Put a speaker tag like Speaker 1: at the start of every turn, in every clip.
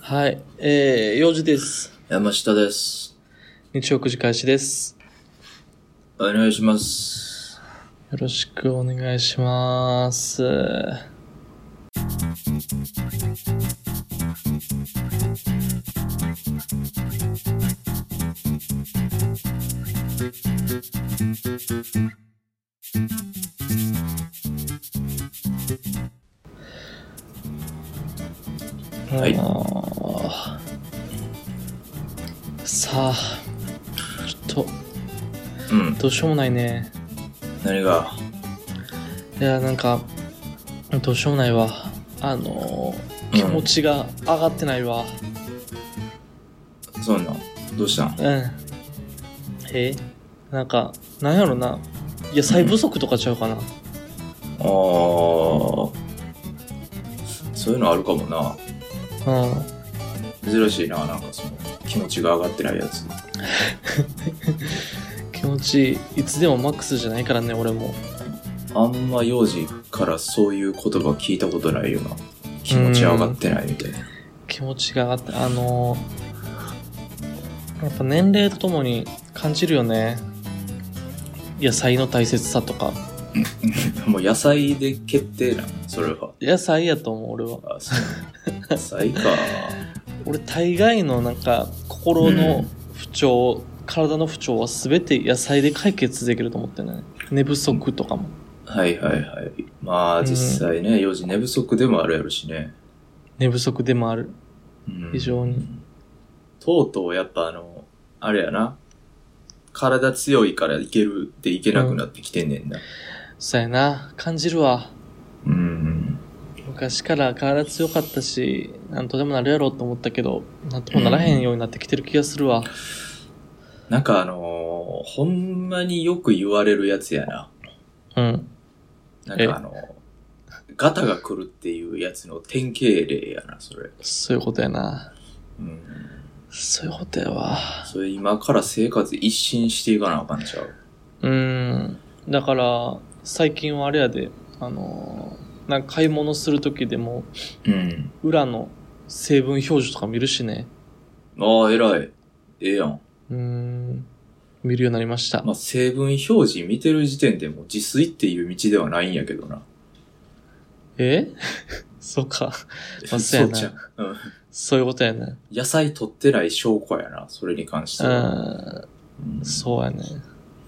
Speaker 1: はい。えー、4時です。
Speaker 2: 山下です。
Speaker 1: 日曜9時開始です。
Speaker 2: お願いします。
Speaker 1: よろしくお願いします。
Speaker 2: はい
Speaker 1: あーさあ、ちょっと、
Speaker 2: うん。
Speaker 1: どうしようもないね。
Speaker 2: 何が
Speaker 1: いやなんかどうしようもないわあのー
Speaker 2: うん
Speaker 1: 気持ちが上がってないわ
Speaker 2: そうなん。どうしたん
Speaker 1: うんえなんかなんやろな野菜不足とかちゃうかな、
Speaker 2: あー。そういうのあるかもな。
Speaker 1: うん、
Speaker 2: 珍しいな。なんかその、気持ちが上がってないやつ。
Speaker 1: 気持ちいつでもマックスじゃないからね俺も
Speaker 2: あんま幼児からそういう言葉聞いたことないよな。気持ち上がってないみたいな。
Speaker 1: 気持ちが上がってあのーやっぱ年齢とともに感じるよね野菜の大切さとか
Speaker 2: もう野菜で決定な。それは。
Speaker 1: 野菜やと思う俺は
Speaker 2: あ、 そう。野菜か。
Speaker 1: 俺大概のなんか心
Speaker 2: う
Speaker 1: の
Speaker 2: ん
Speaker 1: 不調、体の不調は全て野菜で解決できると思ってね寝不足とかも
Speaker 2: はいはいはい。まあ実際ね、幼児寝不足でもあるやろしね。
Speaker 1: 寝不足でもある
Speaker 2: うん
Speaker 1: 非常に
Speaker 2: とうとうやっぱあの、あれやな。体強いからいけるっていけなくなってきてんねんな。
Speaker 1: そうやな感じるわ
Speaker 2: うん。
Speaker 1: 昔から体強かったしなんとでもなるやろうと思ったけどなんともならへんようになってきてる気がするわ
Speaker 2: なんかあのーほんまによく言われるやつやな。
Speaker 1: うん
Speaker 2: なんかあのガタが来るっていうやつの典型例やな、それ。
Speaker 1: そういうことやな
Speaker 2: うん。
Speaker 1: そういうことやわ
Speaker 2: それ今から生活一新していかなあかんちゃう。
Speaker 1: うんだから最近はあれやであのーなんか買い物する時でも
Speaker 2: うん。
Speaker 1: 裏の成分表示とか見るしね。
Speaker 2: ああ、偉い。ええやん。
Speaker 1: うーん。見るようになりました。
Speaker 2: まあ、成分表示見てる時点でもう自炊っていう道ではないんやけどな。
Speaker 1: え そうか。まあ そう
Speaker 2: そ
Speaker 1: や
Speaker 2: う
Speaker 1: な
Speaker 2: ちゃう。うん。
Speaker 1: そういうことやね。
Speaker 2: 野菜取ってない証拠やな、それに関して
Speaker 1: う
Speaker 2: は。
Speaker 1: ん。
Speaker 2: うん
Speaker 1: そうやね。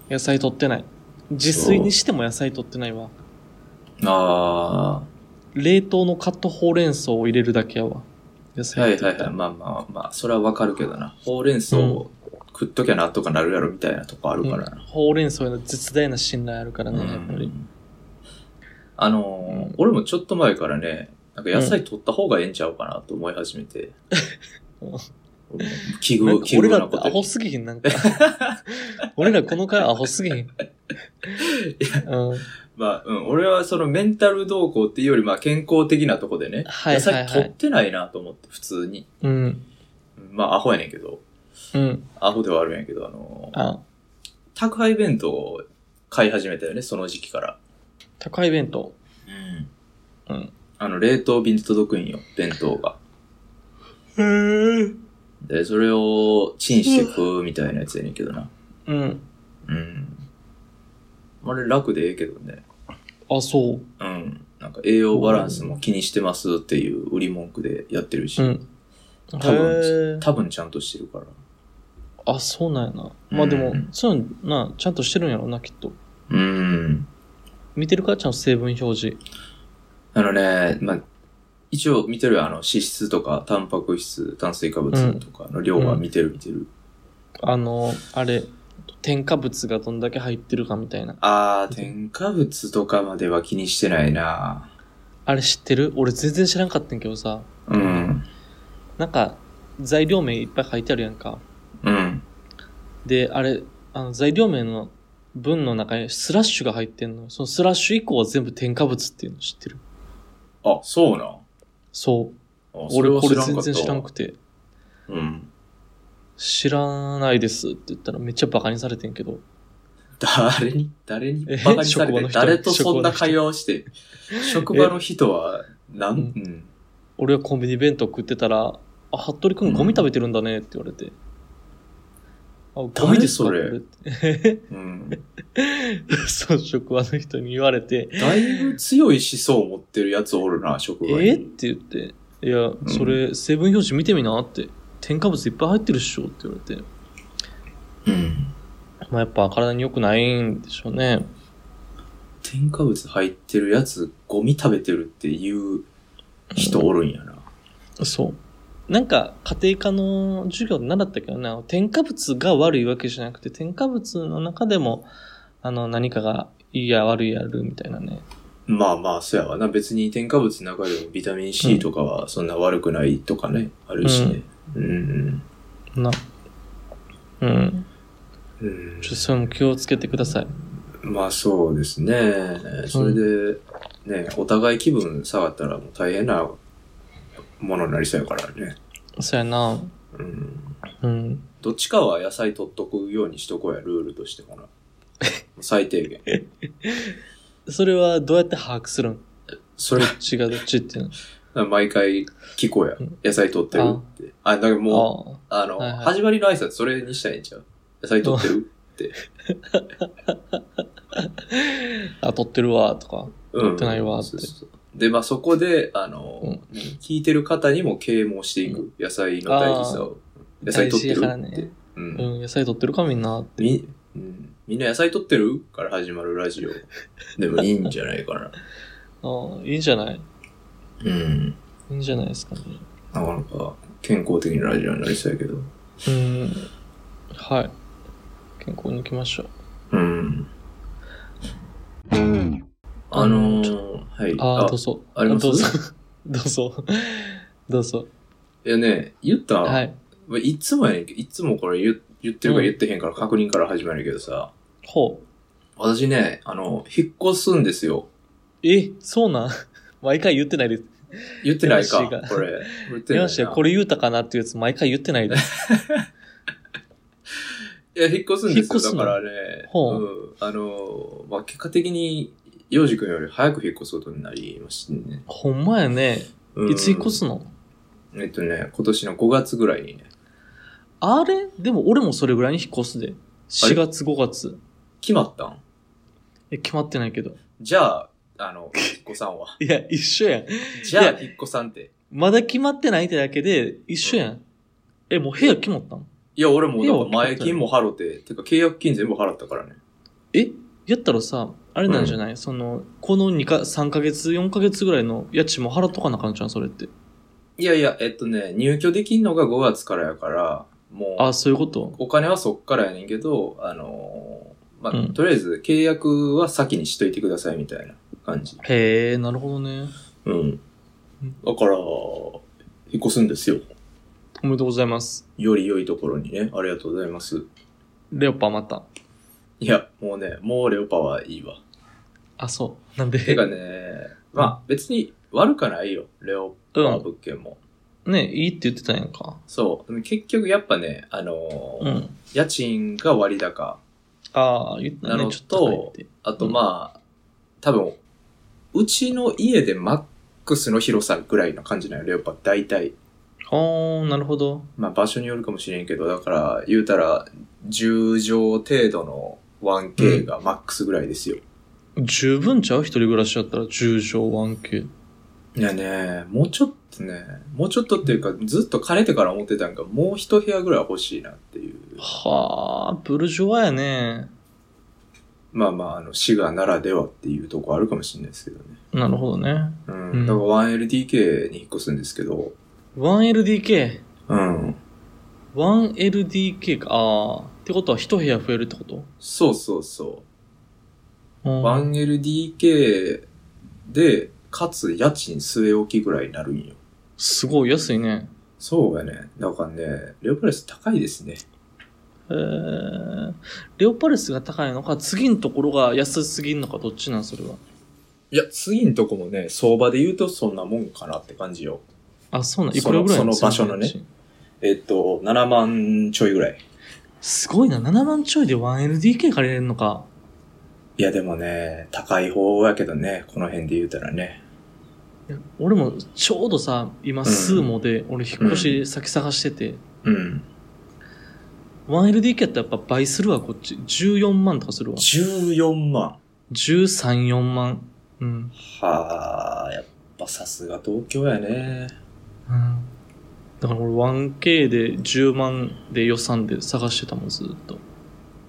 Speaker 1: 野菜取ってない。自炊にしても野菜取ってないわ。
Speaker 2: あ
Speaker 1: 冷凍のカットほうれん草を入れるだけやわ。野
Speaker 2: あ、は
Speaker 1: 菜
Speaker 2: い
Speaker 1: 取
Speaker 2: は
Speaker 1: っ
Speaker 2: い
Speaker 1: て
Speaker 2: はい。まあまあまあ、それはわかるけどな。ほうれん草を食っときゃなんとかなるやろみたいなとこあるから
Speaker 1: うん
Speaker 2: な。
Speaker 1: ほうれん草への絶大な信頼あるからね、
Speaker 2: う
Speaker 1: やっぱり。
Speaker 2: んあのー
Speaker 1: うん
Speaker 2: 俺もちょっと前からね、なんか野菜取った方がええんちゃうかなと思い始めて。
Speaker 1: うん
Speaker 2: 俺も奇
Speaker 1: な
Speaker 2: 遇、
Speaker 1: んか
Speaker 2: 奇遇
Speaker 1: 俺ら
Speaker 2: な
Speaker 1: って
Speaker 2: こと
Speaker 1: ア
Speaker 2: 言
Speaker 1: ホ
Speaker 2: う。
Speaker 1: すぎひん、なんか。 俺らこの回アホすぎひん。うん。
Speaker 2: まあ、うん、俺はそのメンタル動向っていうより、まあ健康的なとこでね、
Speaker 1: はいはいはい
Speaker 2: 野菜取ってないなと思って、普通に。
Speaker 1: うん。
Speaker 2: まあ、アホやねんけど、
Speaker 1: うん。
Speaker 2: アホではあるんやけど、あのー
Speaker 1: あ、
Speaker 2: 宅配弁当を買い始めたよね、その時期から。
Speaker 1: 宅配弁当。
Speaker 2: うん。
Speaker 1: うん
Speaker 2: あの、冷凍便で届くんよ、弁当が。
Speaker 1: へえ。
Speaker 2: で、それをチンして食うみたいなやつやねんけどな。
Speaker 1: うん。
Speaker 2: うん。あれ楽でええけどね。
Speaker 1: あ、そう。
Speaker 2: うん。なんか栄養バランスも気にしてますっていう売り文句でやってるし。
Speaker 1: うん。へ
Speaker 2: 多分
Speaker 1: ー、
Speaker 2: 多分ちゃんとしてるから。
Speaker 1: あ、そうなんやな。まあでも、
Speaker 2: うん
Speaker 1: そういうのな、ちゃんとしてるんやろな、きっと。
Speaker 2: うん。
Speaker 1: 見てるか、ちゃんと成分表示。
Speaker 2: あのね、まあ、一応見てるよあの、脂質とか、タンパク質、炭水化物とかの量は見てる見てる。
Speaker 1: あの、あれ、添加物がどんだけ入ってるかみたいな。
Speaker 2: あー、添加物とかまでは気にしてないな
Speaker 1: あれ知ってる俺全然知らんかったんけどさ。
Speaker 2: うん。
Speaker 1: なんか、材料名いっぱい書いてあるやんか。
Speaker 2: うん。
Speaker 1: で、あれ、あの材料名の文の中にスラッシュが入ってんの。そのスラッシュ以降は全部添加物っていうの知ってる
Speaker 2: あ、そうなん。あ
Speaker 1: そう。
Speaker 2: そ
Speaker 1: 俺
Speaker 2: は
Speaker 1: これ
Speaker 2: 知らん
Speaker 1: 全
Speaker 2: かった
Speaker 1: 然
Speaker 2: わ
Speaker 1: 知らんくて。
Speaker 2: うん。
Speaker 1: 知らないですって言ったらめっちゃバカにされてんけど。
Speaker 2: 誰に、 誰に
Speaker 1: え
Speaker 2: バカにされ
Speaker 1: 職場
Speaker 2: て
Speaker 1: の、人
Speaker 2: 誰とそんな会話をして、職場の人は、なん、
Speaker 1: え
Speaker 2: うん。
Speaker 1: 俺がコンビニ弁当食ってたら、あ、服部くんゴミ食べてるんだねって言われて。あ、ゴ
Speaker 2: 誰それ
Speaker 1: ミですかこれって
Speaker 2: うん。
Speaker 1: そう、職場の人に言われて、
Speaker 2: だいぶ強い思想を持ってるやつおるな、職場
Speaker 1: えっっ
Speaker 2: に。
Speaker 1: て言って、いや、それ、成分表示見てみなって、添加物いっぱい入ってるっしょって言われて、
Speaker 2: うん。
Speaker 1: まあやっぱ体に良くないんでしょうね。
Speaker 2: 添加物入ってるやつ、ゴミ食べてるっていう人おるんやな。
Speaker 1: そう。なんか、家庭科の授業で習ったけどな、添加物が悪いわけじゃなくて、添加物の中でも、あの、何かがいいや悪いやあるみたいなね。
Speaker 2: まあまあ、そうやわな。別に添加物の中でもビタミン C とかはそんな悪くないとかね、あるしね。うん。
Speaker 1: な。うん。
Speaker 2: うん
Speaker 1: ちょっとそれも気をつけてください。
Speaker 2: まあそうですね。それで、ね、お互い気分下がったらもう大変なものになりそうやからね。
Speaker 1: そうやな。
Speaker 2: うん。
Speaker 1: うん。
Speaker 2: どっちかは野菜取っとくようにしとこうや、ルールとしてほ な。最低限。
Speaker 1: それはどうやって把握するん
Speaker 2: それ、
Speaker 1: 違うどっちっていう
Speaker 2: 毎回聞こうや
Speaker 1: うん。
Speaker 2: 野菜取ってるって。あ、だからもう、
Speaker 1: の。あ
Speaker 2: あの、
Speaker 1: はいはい
Speaker 2: 始まりの挨拶それにしたらいいんちゃう野菜取ってる
Speaker 1: あ。あ、撮ってるわ、とか。
Speaker 2: うん。
Speaker 1: ってないわって
Speaker 2: そうそうそうで、まあそこで、あの、
Speaker 1: うん
Speaker 2: 聞いてる方にも啓蒙していく。野菜の大事さを。野菜取ってる
Speaker 1: 大事やから
Speaker 2: っ
Speaker 1: ね
Speaker 2: て。う
Speaker 1: う
Speaker 2: ん
Speaker 1: ん、野菜撮ってるかみんなって。
Speaker 2: み、うん、みんな野菜取ってるから始まるラジオ。でもいいんじゃないかな。
Speaker 1: ああ、いいんじゃない
Speaker 2: うん。
Speaker 1: いいんじゃないですかね。
Speaker 2: なかなか健康的なラジオになりそうやけど。
Speaker 1: うん。はい。健康に行きましょう。
Speaker 2: うん。あの
Speaker 1: ち
Speaker 2: ー、はい。
Speaker 1: ああ、どうぞ。
Speaker 2: あります
Speaker 1: どうぞ。 どうぞ。 どうぞ。
Speaker 2: いやね、言った、、
Speaker 1: はいい。
Speaker 2: いつもやねんけどいつもこれ言言ってるか
Speaker 1: うん
Speaker 2: 言ってへんから確認から始まるけどさ、
Speaker 1: ほう。
Speaker 2: 私ね、あの、引っ越すんですよ。
Speaker 1: え、そうなん 毎回言ってないです。
Speaker 2: 言ってないか、
Speaker 1: 出
Speaker 2: こ
Speaker 1: ました
Speaker 2: れ。言って
Speaker 1: 出
Speaker 2: な
Speaker 1: ま
Speaker 2: いな
Speaker 1: したよ。これ言うたかなっていうやつ、毎回言ってない です。
Speaker 2: いや、引っ越すんで
Speaker 1: 引っ
Speaker 2: す
Speaker 1: 越
Speaker 2: よ。
Speaker 1: す
Speaker 2: だ
Speaker 1: の
Speaker 2: からね、
Speaker 1: ほう
Speaker 2: うん、あの、まあ、結果的に、洋二君より早く引っ越すことになりましてね。
Speaker 1: ほんまやね。
Speaker 2: うん
Speaker 1: いつ引っ越すの
Speaker 2: えっとね、今年の5月ぐらいにね、
Speaker 1: あれでも俺もそれぐらいに引っ越すで。4月5月。
Speaker 2: 決まったん
Speaker 1: え、決まってないけど。
Speaker 2: じゃあ、あ の、引っ越さんは。
Speaker 1: いや、一緒やん。
Speaker 2: じゃあ
Speaker 1: い、や
Speaker 2: 引っ越さんって。
Speaker 1: まだ決まってないってだけで、一緒やん。え、もう部屋決まったん
Speaker 2: いや、俺も、だから
Speaker 1: いや
Speaker 2: 前金も払って、てか契約金全部払ったからね。
Speaker 1: えやったらさ、あれなんじゃない、その、この2か、3ヶ月、4ヶ月ぐらいの家賃も払っとかなあかんじゃん、それって。
Speaker 2: いやいや、えっとね、入居できんのが5月からやから、もう、
Speaker 1: あ、そういうこと
Speaker 2: お金はそっからやねんけど、あのーまあ、
Speaker 1: うん
Speaker 2: とりあえず契約は先にしといてくださいみたいな感じ。
Speaker 1: へえ、なるほどね。
Speaker 2: うん。だから、引っ越すんですよ。
Speaker 1: おめでとうございます。
Speaker 2: より良いところにね、ありがとうございます。
Speaker 1: レオパまた。
Speaker 2: いや、もうね、もうレオパはいいわ。
Speaker 1: あ、そう。なんで
Speaker 2: てかね、まあ別に悪くはないよ、レオパ
Speaker 1: うん
Speaker 2: 物件も。
Speaker 1: ね、いいって言ってたやんか。
Speaker 2: そう。でも結局やっぱね、あのー
Speaker 1: うん。
Speaker 2: 家賃が割高。
Speaker 1: ああ、言った
Speaker 2: な
Speaker 1: ね、
Speaker 2: の
Speaker 1: ちょっと高いって。
Speaker 2: あと
Speaker 1: うん
Speaker 2: まあ、多分、うちの家でマックスの広さぐらいの感じなんよ、レオパ大体。
Speaker 1: あー、なるほど。
Speaker 2: まあ場所によるかもしれんけど、だから言うたら、10畳程度の 1K がマックスぐらいですよ。
Speaker 1: 十分ちゃう一人暮らしだったら10畳 1K。
Speaker 2: いやね、もうちょっとね、もうちょっとっていうか、ずっとかねてから思ってたんが、もう一部屋ぐらいは欲しいなっていう。
Speaker 1: はあ、ブルジョワやね。
Speaker 2: まあまあ、あの、滋賀ならではっていうとこあるかもしれないですけどね。
Speaker 1: なるほどね。
Speaker 2: うん。
Speaker 1: うん
Speaker 2: だから 1LDK に引っ越すんですけど、
Speaker 1: 1LDK。
Speaker 2: うん。
Speaker 1: 1LDK か。ああ。ってことは一部屋増えるってこと
Speaker 2: そうそうそう。
Speaker 1: うん。
Speaker 2: 1LDK で、かつ家賃据え置きぐらいになるんよ。
Speaker 1: すごい安いね。
Speaker 2: そうやね。だからね、レオプレス高いですね。
Speaker 1: えー、レオパレスが高いのか、次のところが安すぎんのか、どっちなんそれは。
Speaker 2: いや、次んとこもね、相場で言うとそんなもんかなって感じよ。
Speaker 1: あ、そうなん、い
Speaker 2: そ
Speaker 1: く
Speaker 2: の
Speaker 1: らぐらいな
Speaker 2: その場所のね。
Speaker 1: そ家賃
Speaker 2: えっと、7万ちょいぐらい。
Speaker 1: すごいな、7万ちょいで 1LDK 借りれるのか。
Speaker 2: いや、でもね、高い方やけどね、この辺で言うたらね。
Speaker 1: いや俺もちょうどさ、今、スーモで、俺引っ越し先探してて、
Speaker 2: うん。
Speaker 1: 1LDK やったらやっぱ倍するわ、こっち。14万とかするわ。
Speaker 2: 14万。
Speaker 1: 13、4万。うん。
Speaker 2: はあ、やっぱさすが東京やね。
Speaker 1: うんだから俺 1K で10万で予算で探してたもん、ずっと。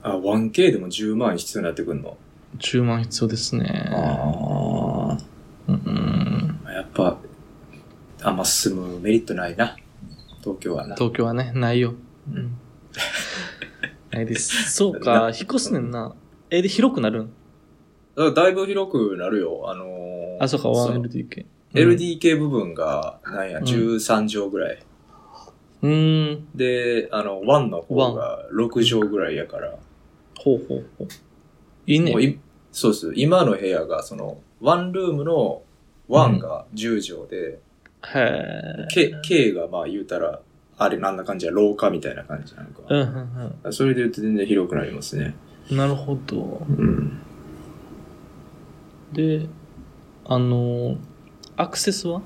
Speaker 2: あ、1K でも10万必要になってくんの。
Speaker 1: 10万必要ですね。
Speaker 2: あ
Speaker 1: うん、
Speaker 2: あ。やっぱ、あんま進むメリットないな。東京はな。
Speaker 1: 東京はね、ないよ。うん、ないです。 そうか、引っ越すねんな。え、で、広くなるん
Speaker 2: だだいぶ広くなるよ。あのー
Speaker 1: あ、そうか、
Speaker 2: その
Speaker 1: 1LDK。
Speaker 2: LDK 部分が、なんや、
Speaker 1: うん
Speaker 2: 13畳ぐらい。
Speaker 1: うん。うーん。
Speaker 2: で、あの、1の方が6畳ぐらいやから。
Speaker 1: ほうほうほう。いいね
Speaker 2: もう。いそうです。今の部屋が、その、1ルームの1が10畳で、
Speaker 1: へえ。
Speaker 2: K, K がまあ言うたら、あれ、なんな感じや、廊下みたいな感じなのか。
Speaker 1: うんうん
Speaker 2: それで言うと全然広くなりますね。
Speaker 1: うん。なるほど。
Speaker 2: うん。
Speaker 1: で、あの、アクセスは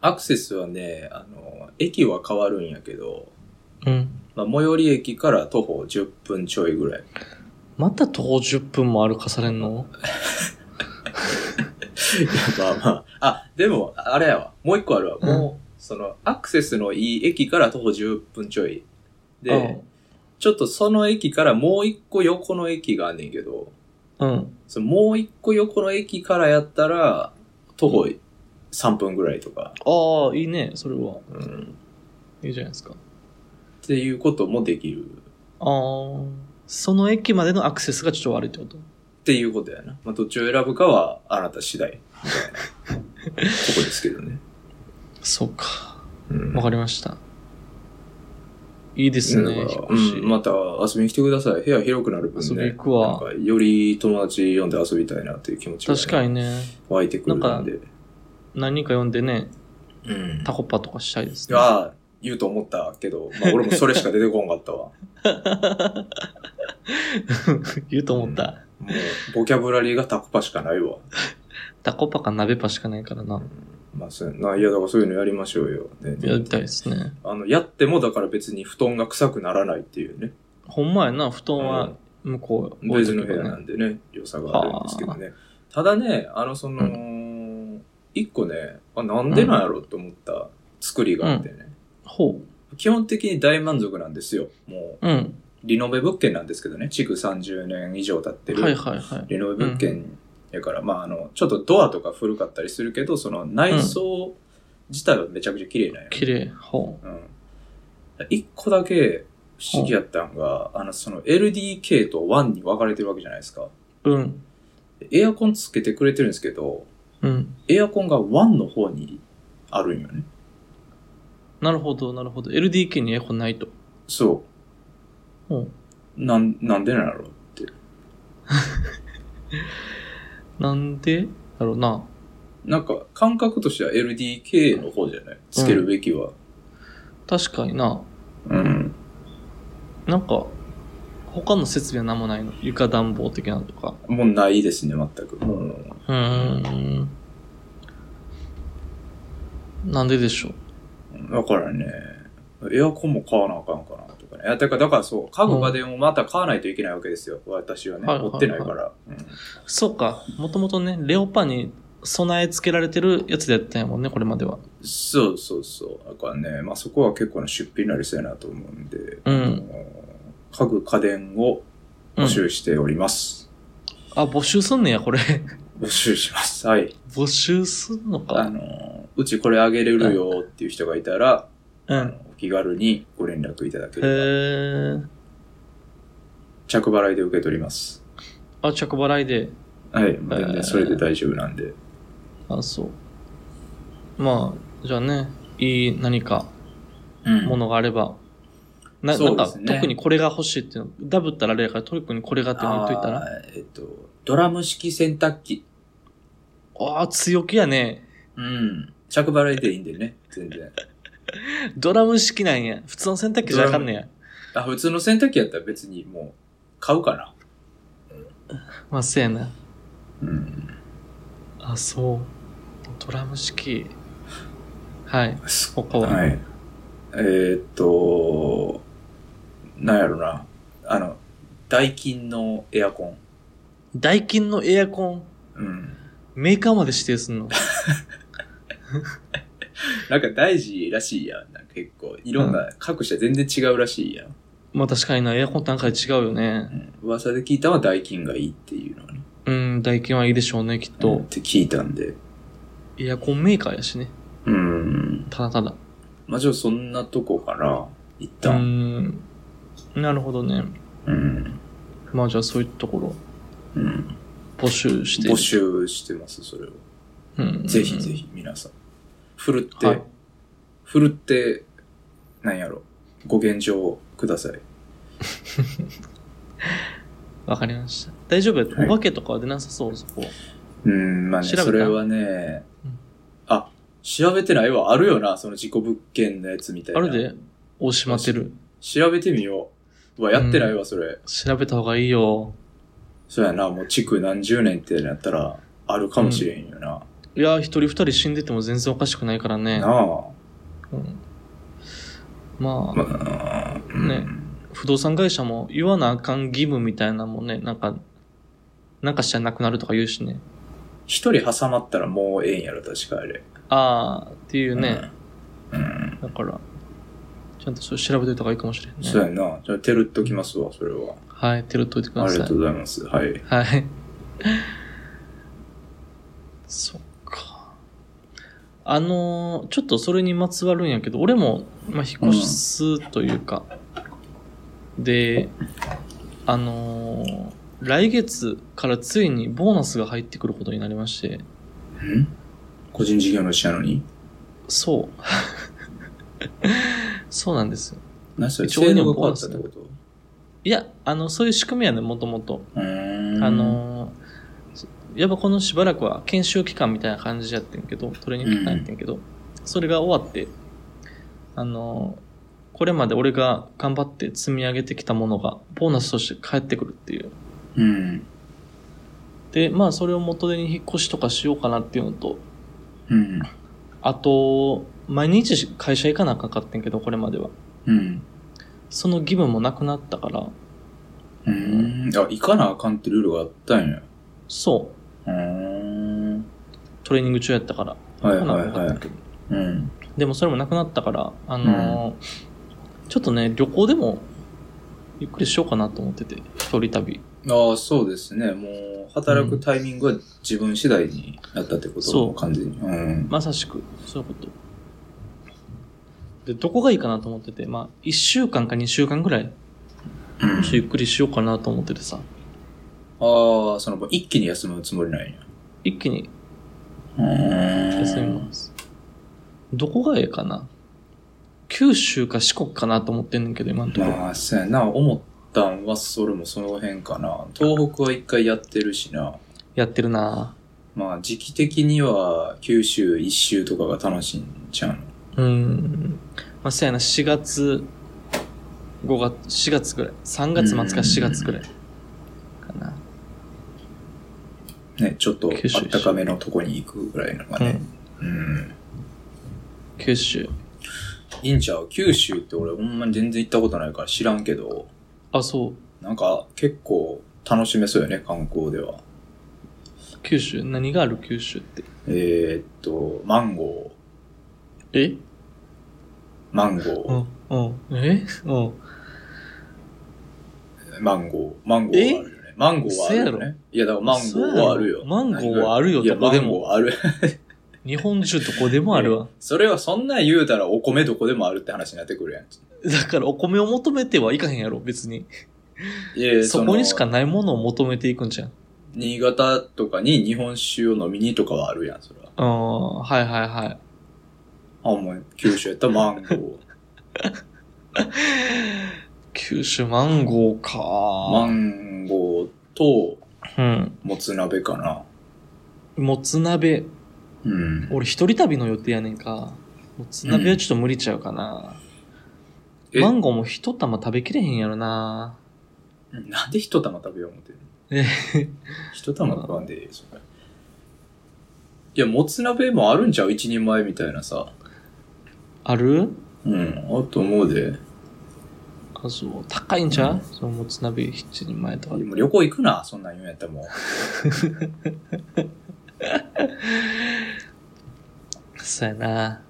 Speaker 2: アクセスはね、あの、駅は変わるんやけど、
Speaker 1: うん。
Speaker 2: まあ、最寄り駅から徒歩10分ちょいぐらい。
Speaker 1: また徒歩10分も歩かされんの
Speaker 2: いやまあまあ。あ、でも、あれやわ。もう一個あるわ。
Speaker 1: うん
Speaker 2: もう、その、アクセスのいい駅から徒歩10分ちょい。で、
Speaker 1: う
Speaker 2: ちょっとその駅からもう一個横の駅があんねんけど、
Speaker 1: んうん。
Speaker 2: そのもう一個横の駅からやったら、徒歩3分ぐらいとか。
Speaker 1: ああ、いいね、それは。
Speaker 2: うん。
Speaker 1: いいじゃないですか。
Speaker 2: っていうこともできる。
Speaker 1: ああ。その駅までのアクセスがちょっと悪いってこと
Speaker 2: っていうことやな。まあ、どっちを選ぶかは、あなた次第。みたいなここですけどね。
Speaker 1: そうか。
Speaker 2: うん
Speaker 1: わかりました。いいですね、引
Speaker 2: だ
Speaker 1: っ
Speaker 2: から
Speaker 1: 越し。
Speaker 2: うんまた遊びに来てください。部屋広くなる分ね。
Speaker 1: 遊び行くわ
Speaker 2: なんかより友達呼んで遊びたいなっていう気持ちがね、
Speaker 1: 確かにね、
Speaker 2: 湧いてくるんで。
Speaker 1: なんか何人か呼んでね、
Speaker 2: うん。
Speaker 1: タコパとかしたいですね。
Speaker 2: ああ、言うと思ったけど、まあ俺もそれしか出てこんかったわ。
Speaker 1: 言うと思った。
Speaker 2: もう、ボキャブラリーがタコパしかないわ。
Speaker 1: タコパか鍋パしかないからな。
Speaker 2: まあ、そうやな。いや、だからそういうのやりましょうよ。ね、
Speaker 1: やりたいですね。
Speaker 2: あの、やってもだから別に布団が臭くならないっていうね。
Speaker 1: ほんまやな、布団は向こう置い
Speaker 2: 別
Speaker 1: と
Speaker 2: の
Speaker 1: け
Speaker 2: 部屋
Speaker 1: ば
Speaker 2: な
Speaker 1: ね。
Speaker 2: んでね、良さがあるんですけどね。ただね、あの、その、
Speaker 1: う
Speaker 2: 一個ね、あ、なんでなんやろって思った作りがあってね。
Speaker 1: ほ
Speaker 2: 基本的に大満足なんですよ。もう、
Speaker 1: う。うん。
Speaker 2: リノベ物件なんですけどね。築30年以上経って
Speaker 1: はい
Speaker 2: る
Speaker 1: はいはい。
Speaker 2: リノベ物件やから、まあ、あの、ちょっとドアとか古かったりするけど、その内装自体はめちゃくちゃ綺麗なんや。
Speaker 1: 綺麗。ほう。
Speaker 2: うん。一個だけ不思議やったんが、あの、その LDK と1に分かれてるわけじゃないですか。
Speaker 1: うん。
Speaker 2: エアコンつけてくれてるんですけど、
Speaker 1: うん。
Speaker 2: エアコンが1の方にあるんよね。
Speaker 1: なるほど、なるほど。LDK にエコないと。
Speaker 2: そ
Speaker 1: ほ
Speaker 2: う。なん、なんでなんやろって。
Speaker 1: う。なんでだろうな。
Speaker 2: なんか、感覚としては LDK の方じゃないつけるべきは。
Speaker 1: 確かにな。
Speaker 2: うん。
Speaker 1: なんか、他の設備は何もないの。床暖房的なのとか。
Speaker 2: もうないですね、全く。もう
Speaker 1: うーん。なんででしょう。
Speaker 2: だからね、エアコンも買わなあかんかなとかね。いや、だから、だからそう、家具家電をまた買わないといけないわけですよ。私はね、
Speaker 1: はいはいはい
Speaker 2: 持ってないから。うん
Speaker 1: そうか。もともとね、レオパに備え付けられてるやつでやったんやもんね、これまでは。
Speaker 2: そうそうそう。だからね、まあそこは結構な出費になりそうやなと思うんで、
Speaker 1: うん
Speaker 2: あの家具家電を
Speaker 1: うん
Speaker 2: 募集しております。
Speaker 1: あ、募集すんねや、これ。
Speaker 2: 募集します。はい。
Speaker 1: 募集すんの
Speaker 2: あ
Speaker 1: か。
Speaker 2: の、うちこれあげれるよっていう人がいたら、
Speaker 1: う
Speaker 2: あ
Speaker 1: ん。
Speaker 2: のお気軽にご連絡いただけ
Speaker 1: へ
Speaker 2: れば、
Speaker 1: ー。
Speaker 2: 着払いで受け取ります。
Speaker 1: あ、着払いで。
Speaker 2: はい。まあ全然それで大丈夫なんで。
Speaker 1: あ、そう。まあ、じゃあね、いい何か
Speaker 2: うん
Speaker 1: ものがあれば。な
Speaker 2: そ
Speaker 1: な
Speaker 2: うんで
Speaker 1: か、
Speaker 2: すね
Speaker 1: 特にこれが欲しいっていうの、ダブったらあれやから、トリックにこれがっていうの言っといたら。
Speaker 2: あーえっと、ドラム式洗濯機。
Speaker 1: ああ、強気やね。
Speaker 2: うん。着払いでいいんでね、全然。
Speaker 1: ドラム式なんや。普通の洗濯機じゃあかんねや。
Speaker 2: あ、普通の洗濯機やったら別にもう、買うかな。
Speaker 1: まあ、そうやな。
Speaker 2: うん。
Speaker 1: あ、そう。ドラム式。はい。
Speaker 2: す
Speaker 1: 他は。
Speaker 2: はい。えーっと、なんやろな。あの、ダイキンのエアコン。
Speaker 1: ダイキンのエアコン、
Speaker 2: うん。
Speaker 1: メーカーまで指定すん の。
Speaker 2: なんか大事らしいやん。なんか結構、いろんな、各社全然違うらしいやん。
Speaker 1: まあ確かにな、エアコン単価違うよね
Speaker 2: う。ん、噂で聞いたのはダイキンがいいっていうのはね。
Speaker 1: うん、ダイキンはいいでしょうね、きっ
Speaker 2: うんっ
Speaker 1: と。
Speaker 2: て聞いたんで。
Speaker 1: エアコンメーカーやしね。
Speaker 2: うん。
Speaker 1: ただただ。
Speaker 2: まあ、じゃあそんなとこかな。一
Speaker 1: う
Speaker 2: 旦。
Speaker 1: ん。なるほどね。
Speaker 2: うん。
Speaker 1: まあじゃあそういうところ、
Speaker 2: うん。
Speaker 1: 募集して。
Speaker 2: 募。集してます、それを。
Speaker 1: うん。
Speaker 2: ぜひぜ。ひ、皆さん。ふるって、
Speaker 1: はい
Speaker 2: ふるって、なんやろ。ご現状をください。
Speaker 1: わかりました。大丈夫や
Speaker 2: はい
Speaker 1: お化けとかは出なさそう、そこ。
Speaker 2: うん、まあね、
Speaker 1: 調べた
Speaker 2: それはね
Speaker 1: うん、
Speaker 2: あ、調べてないわ。あるよな、その事故物件のやつみたい
Speaker 1: あ
Speaker 2: な。
Speaker 1: るで、大島てる。
Speaker 2: 調べてみよう。うわ、やってないわ、それ。
Speaker 1: 調べた方がいいよ。
Speaker 2: そうやな、もう築何十年ってなったら、あるかもしれんよな。
Speaker 1: いや、一人二人死んでても全然おかしくないからね。
Speaker 2: なあ。
Speaker 1: うん、まあ、
Speaker 2: まあ、うん
Speaker 1: ね不動産会社も言わなあかん義務みたいなのもね、なんか、なんかしちゃなくなるとか言うしね。
Speaker 2: 一人挟まったらもうええんやろ、確かあれ。
Speaker 1: ああ、っていうね。
Speaker 2: うん。
Speaker 1: だから、ちゃんとそれ調べといた方がいいかもしれん
Speaker 2: そう
Speaker 1: ね。
Speaker 2: やな。じゃあ、てるっときますわ、それは。
Speaker 1: はい、手を取いてく
Speaker 2: あ
Speaker 1: だ
Speaker 2: り
Speaker 1: さ
Speaker 2: が
Speaker 1: い
Speaker 2: と。うございます。はい。
Speaker 1: はい。そっか。あのーちょっとそれにまつわるんやけど、俺も、まあ、引っ越すというか、で、あのー来月からついにボーナスが入ってくることになりまして、
Speaker 2: ん個人事業主なのに
Speaker 1: そう。 そうなんですよ。
Speaker 2: 何それ
Speaker 1: 一応
Speaker 2: 制度が変わったってこと
Speaker 1: いや、あの、そういう仕組みやね、もともと。
Speaker 2: うーん。
Speaker 1: あ、のーやっぱこのしばらくは研修期間みたいな感じやってんけど、トレーニング期間やってんけど、それが終わって、あのーこれまで俺が頑張って積み上げてきたものが、ボーナスとして返ってくるっていう。
Speaker 2: うん。
Speaker 1: で、まあそれを元手に引っ越しとかしようかなっていうのと、
Speaker 2: うん。
Speaker 1: あと、毎日会社行かなあかんかってんけど、これまでは。
Speaker 2: うん。
Speaker 1: その義務もなくなったから、
Speaker 2: うーん。あ、行かなあかんってルールがあったんや。
Speaker 1: そう、
Speaker 2: うーん。
Speaker 1: トレーニング中やったから。
Speaker 2: はい
Speaker 1: 行かなあ
Speaker 2: は
Speaker 1: かんか
Speaker 2: い
Speaker 1: った
Speaker 2: は
Speaker 1: け
Speaker 2: い
Speaker 1: ど。
Speaker 2: うん。
Speaker 1: でもそれもなくなったから、あのーちょっとね、旅行でもゆっくりしようかなと思ってて、一人旅。
Speaker 2: ああ、そうですね。もう、働くタイミングは自分次第になったってこと
Speaker 1: そう
Speaker 2: 完全に。うん。
Speaker 1: まさしく、そういうこと。で、どこがいいかなと思ってて、まあ、一週間か二週間ぐらい、
Speaker 2: うん
Speaker 1: ちょっとゆっくりしようかなと思っててさ、
Speaker 2: ああ、その、一気に休むつもりなんや。
Speaker 1: 一気に
Speaker 2: う
Speaker 1: 休みます。どこがええかな九州か四国かなと思ってんねんけど、今のところ。
Speaker 2: まあ、そうやな。思ったんは、それもその辺かな。東北は一回やってるしな。
Speaker 1: やってるな
Speaker 2: まあ、時期的には、九州一周とかが楽しいんちゃうの
Speaker 1: うん。まあ、そうやな、4月、5月、4月ぐらい。3月末か4月ぐらい。かな。
Speaker 2: ね、ちょっと、
Speaker 1: 九州
Speaker 2: あったかめのとこに行くぐらいのが
Speaker 1: う
Speaker 2: ね。
Speaker 1: ん。
Speaker 2: うん。
Speaker 1: 九州。
Speaker 2: いいんちゃう九州って俺、ほんまに全然行ったことないから知らんけど、
Speaker 1: あ、そう。
Speaker 2: なんか、結構、楽しめそうよね、観光では。
Speaker 1: 九州。何がある九州って。
Speaker 2: えー、っと、マンゴー、
Speaker 1: え
Speaker 2: マンゴ
Speaker 1: う
Speaker 2: ー、
Speaker 1: ん。うん。えうん。
Speaker 2: マンゴー、マンゴーはあるよね。マンゴーはあるよ
Speaker 1: 嘘や
Speaker 2: ね。いや、だからマンゴーはあ
Speaker 1: 嘘
Speaker 2: るよ。
Speaker 1: やろマンゴーはあるよ
Speaker 2: いや、
Speaker 1: どこ
Speaker 2: マ
Speaker 1: で
Speaker 2: ン
Speaker 1: も
Speaker 2: ゴーはある。
Speaker 1: 日本中どこでもあるわ。
Speaker 2: それはそんなん言うたらお米どこでもあるって話になってくるやん。
Speaker 1: だからお米を求めてはいかへんやろ、別に。
Speaker 2: いやいや
Speaker 1: そこに
Speaker 2: の
Speaker 1: しかないものを求めていくんじゃん。
Speaker 2: 新潟とかに日本酒を飲みにとかはあるやん、それは。
Speaker 1: うん。はいはいはい。
Speaker 2: あ、お前、九州やったらマンゴー。
Speaker 1: 九州マンゴーか
Speaker 2: マンゴーと、
Speaker 1: うん。
Speaker 2: もつ鍋かな。
Speaker 1: もつ鍋。
Speaker 2: うん。
Speaker 1: 俺一人旅の予定やねんか。もつ鍋はちょっと無理ちゃうかな。
Speaker 2: え、
Speaker 1: マンゴーも一玉食べきれへんやろな。
Speaker 2: なんで一玉食べよう思ってるの
Speaker 1: え
Speaker 2: 一玉食わんでええよ、それ。いや、もつ鍋もあるんちゃう一人前みたいなさ。
Speaker 1: ある
Speaker 2: うん、あると思うで。
Speaker 1: あ、そう、高いんちゃう、そのもつ鍋7人前とか
Speaker 2: で。も旅行行くな、そんなん言うんやったらもう。
Speaker 1: そうやな。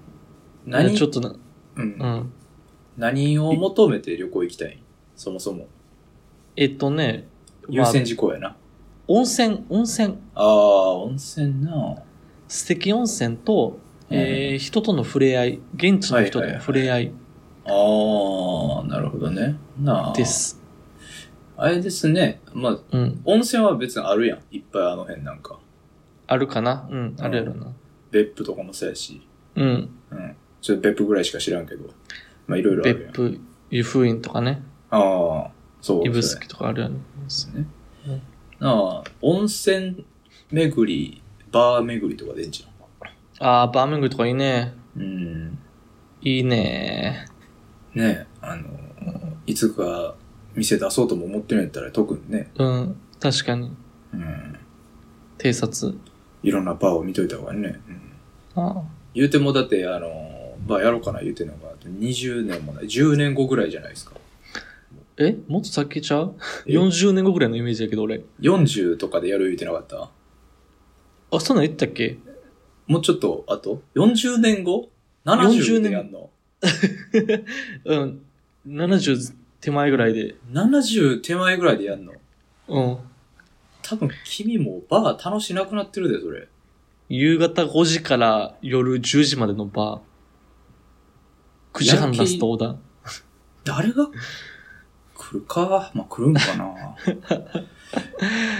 Speaker 2: 何、
Speaker 1: ちょっとな、
Speaker 2: う、
Speaker 1: うんん。
Speaker 2: 何を求めて旅行行きたいそもそも。
Speaker 1: えっとね、
Speaker 2: 優
Speaker 1: まあ
Speaker 2: 先事項やな。
Speaker 1: 温泉、温泉、
Speaker 2: ああ、温泉な
Speaker 1: 素敵温泉と、
Speaker 2: うん
Speaker 1: えー人との触れ合い、現地の人との触れ合い
Speaker 2: ああ、なるほどね。なあ。
Speaker 1: です。
Speaker 2: あれですね。まあ、
Speaker 1: うん。
Speaker 2: 温泉は別にあるやん。いっぱいあの辺なんか。
Speaker 1: あるかなうん、あるやろな。
Speaker 2: 別府とかもそうやし。
Speaker 1: うん。
Speaker 2: うん。ちょっと別府ぐらいしか知らんけど。まあ、いろいろあるや
Speaker 1: 別
Speaker 2: ん。
Speaker 1: 府、湯布院とかね、
Speaker 2: ああ、そう。
Speaker 1: 指
Speaker 2: そうや
Speaker 1: 宿とかあるやろ。
Speaker 2: ね
Speaker 1: うん。
Speaker 2: なあ、温泉巡り、バー巡りとかでええんちゃ
Speaker 1: あー、バーミングとかいいね。
Speaker 2: ううん。
Speaker 1: いいね。
Speaker 2: ねえ、あの、いつか店出そうとも思ってるんやったら特にね、
Speaker 1: うん、確かに。
Speaker 2: うん。
Speaker 1: 偵察。
Speaker 2: いろんなバーを見といた方がね。うん
Speaker 1: あ
Speaker 2: 言うてもだって、あの、バーやろうかな言うてんのが、あと20年もない、10年後ぐらいじゃないですか。
Speaker 1: ーえもっと先ちゃう
Speaker 2: え
Speaker 1: ?40 年後ぐらいのイメージやけど、俺。
Speaker 2: 40とかでやる言うてなかった
Speaker 1: あ、そんなん言ったっけ
Speaker 2: もうちょっと、あと ?40 年後 ?70 でやんの
Speaker 1: うん。70手前ぐらいで。
Speaker 2: ?70 手前ぐらいでやんの
Speaker 1: うん。
Speaker 2: 多分君もバー楽しなくなってるで、それ。
Speaker 1: 夕方5時から夜10時までのバー。9時半ラストオーダー。
Speaker 2: 誰が来るかまあ、来るんかな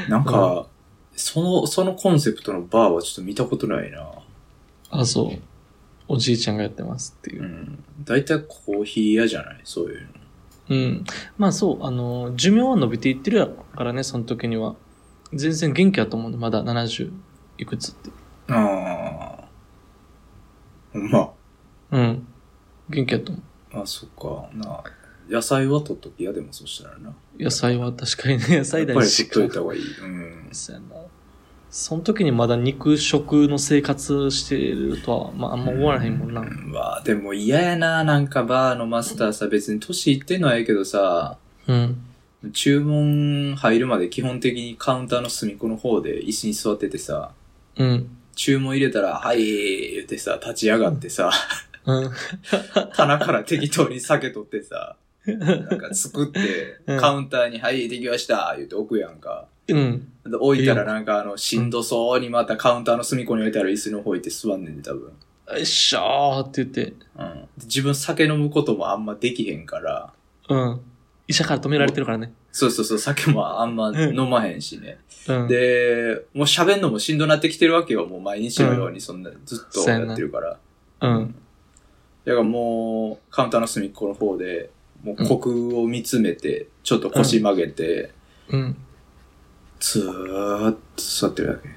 Speaker 2: なんか、その、そのコンセプトのバーはちょっと見たことないな。
Speaker 1: あ、そう。おじいちゃんがやってますっていうう。
Speaker 2: ん。大体コーヒー屋じゃないそういうの。
Speaker 1: うん。まあそう、あの、寿命は伸びていってるからね、その時には。全然元気やと思うんで、まだ70いくつって。
Speaker 2: ああ。ほんま
Speaker 1: うん。元気やと思う。
Speaker 2: あ。あ、そっか。なあ野菜は取っときやでもそしたらな。
Speaker 1: 野菜は確かにね、野
Speaker 2: や
Speaker 1: 菜
Speaker 2: っ
Speaker 1: だ
Speaker 2: ぱり取
Speaker 1: し
Speaker 2: っといた方がいい。うん。
Speaker 1: そうやな。その時にまだ肉食の生活してるとは、まああんま思われへんもんな。
Speaker 2: うわあ、でも嫌やな。なんかバーのマスターさ、別に年いってんのはええけどさ、
Speaker 1: うん。
Speaker 2: 注文入るまで基本的にカウンターの隅っこの方で椅子に座っててさ、
Speaker 1: うん。
Speaker 2: 注文入れたら、はい、言ってさ、立ち上がっ てさ、
Speaker 1: うん。
Speaker 2: 棚から適当に酒取ってさ、なんか作って
Speaker 1: う、ん
Speaker 2: カウンターに、はい、できました、言って置くやんか。
Speaker 1: うん。
Speaker 2: で置いたらなんかあの、しんどそうにまたカウンターの隅っこに置いたら椅子の方行って座んねんで、多分。
Speaker 1: よっしゃーって言って、
Speaker 2: うん。で自分酒飲むこともあんまできへんから、
Speaker 1: うん。医者から止められてるからね。
Speaker 2: そうそうそう、酒もあんま飲まへんしね。
Speaker 1: うん。
Speaker 2: で、もう喋んのもしんどなってきてるわけよ。もう毎日のようにそんな、ずっと
Speaker 1: そうやな
Speaker 2: やってるから。
Speaker 1: うん。
Speaker 2: だからもう、カウンターの隅っこの方で、もうコクを見つめて、ちょっと腰曲げて、
Speaker 1: うん。
Speaker 2: ずーっと座ってるだけ。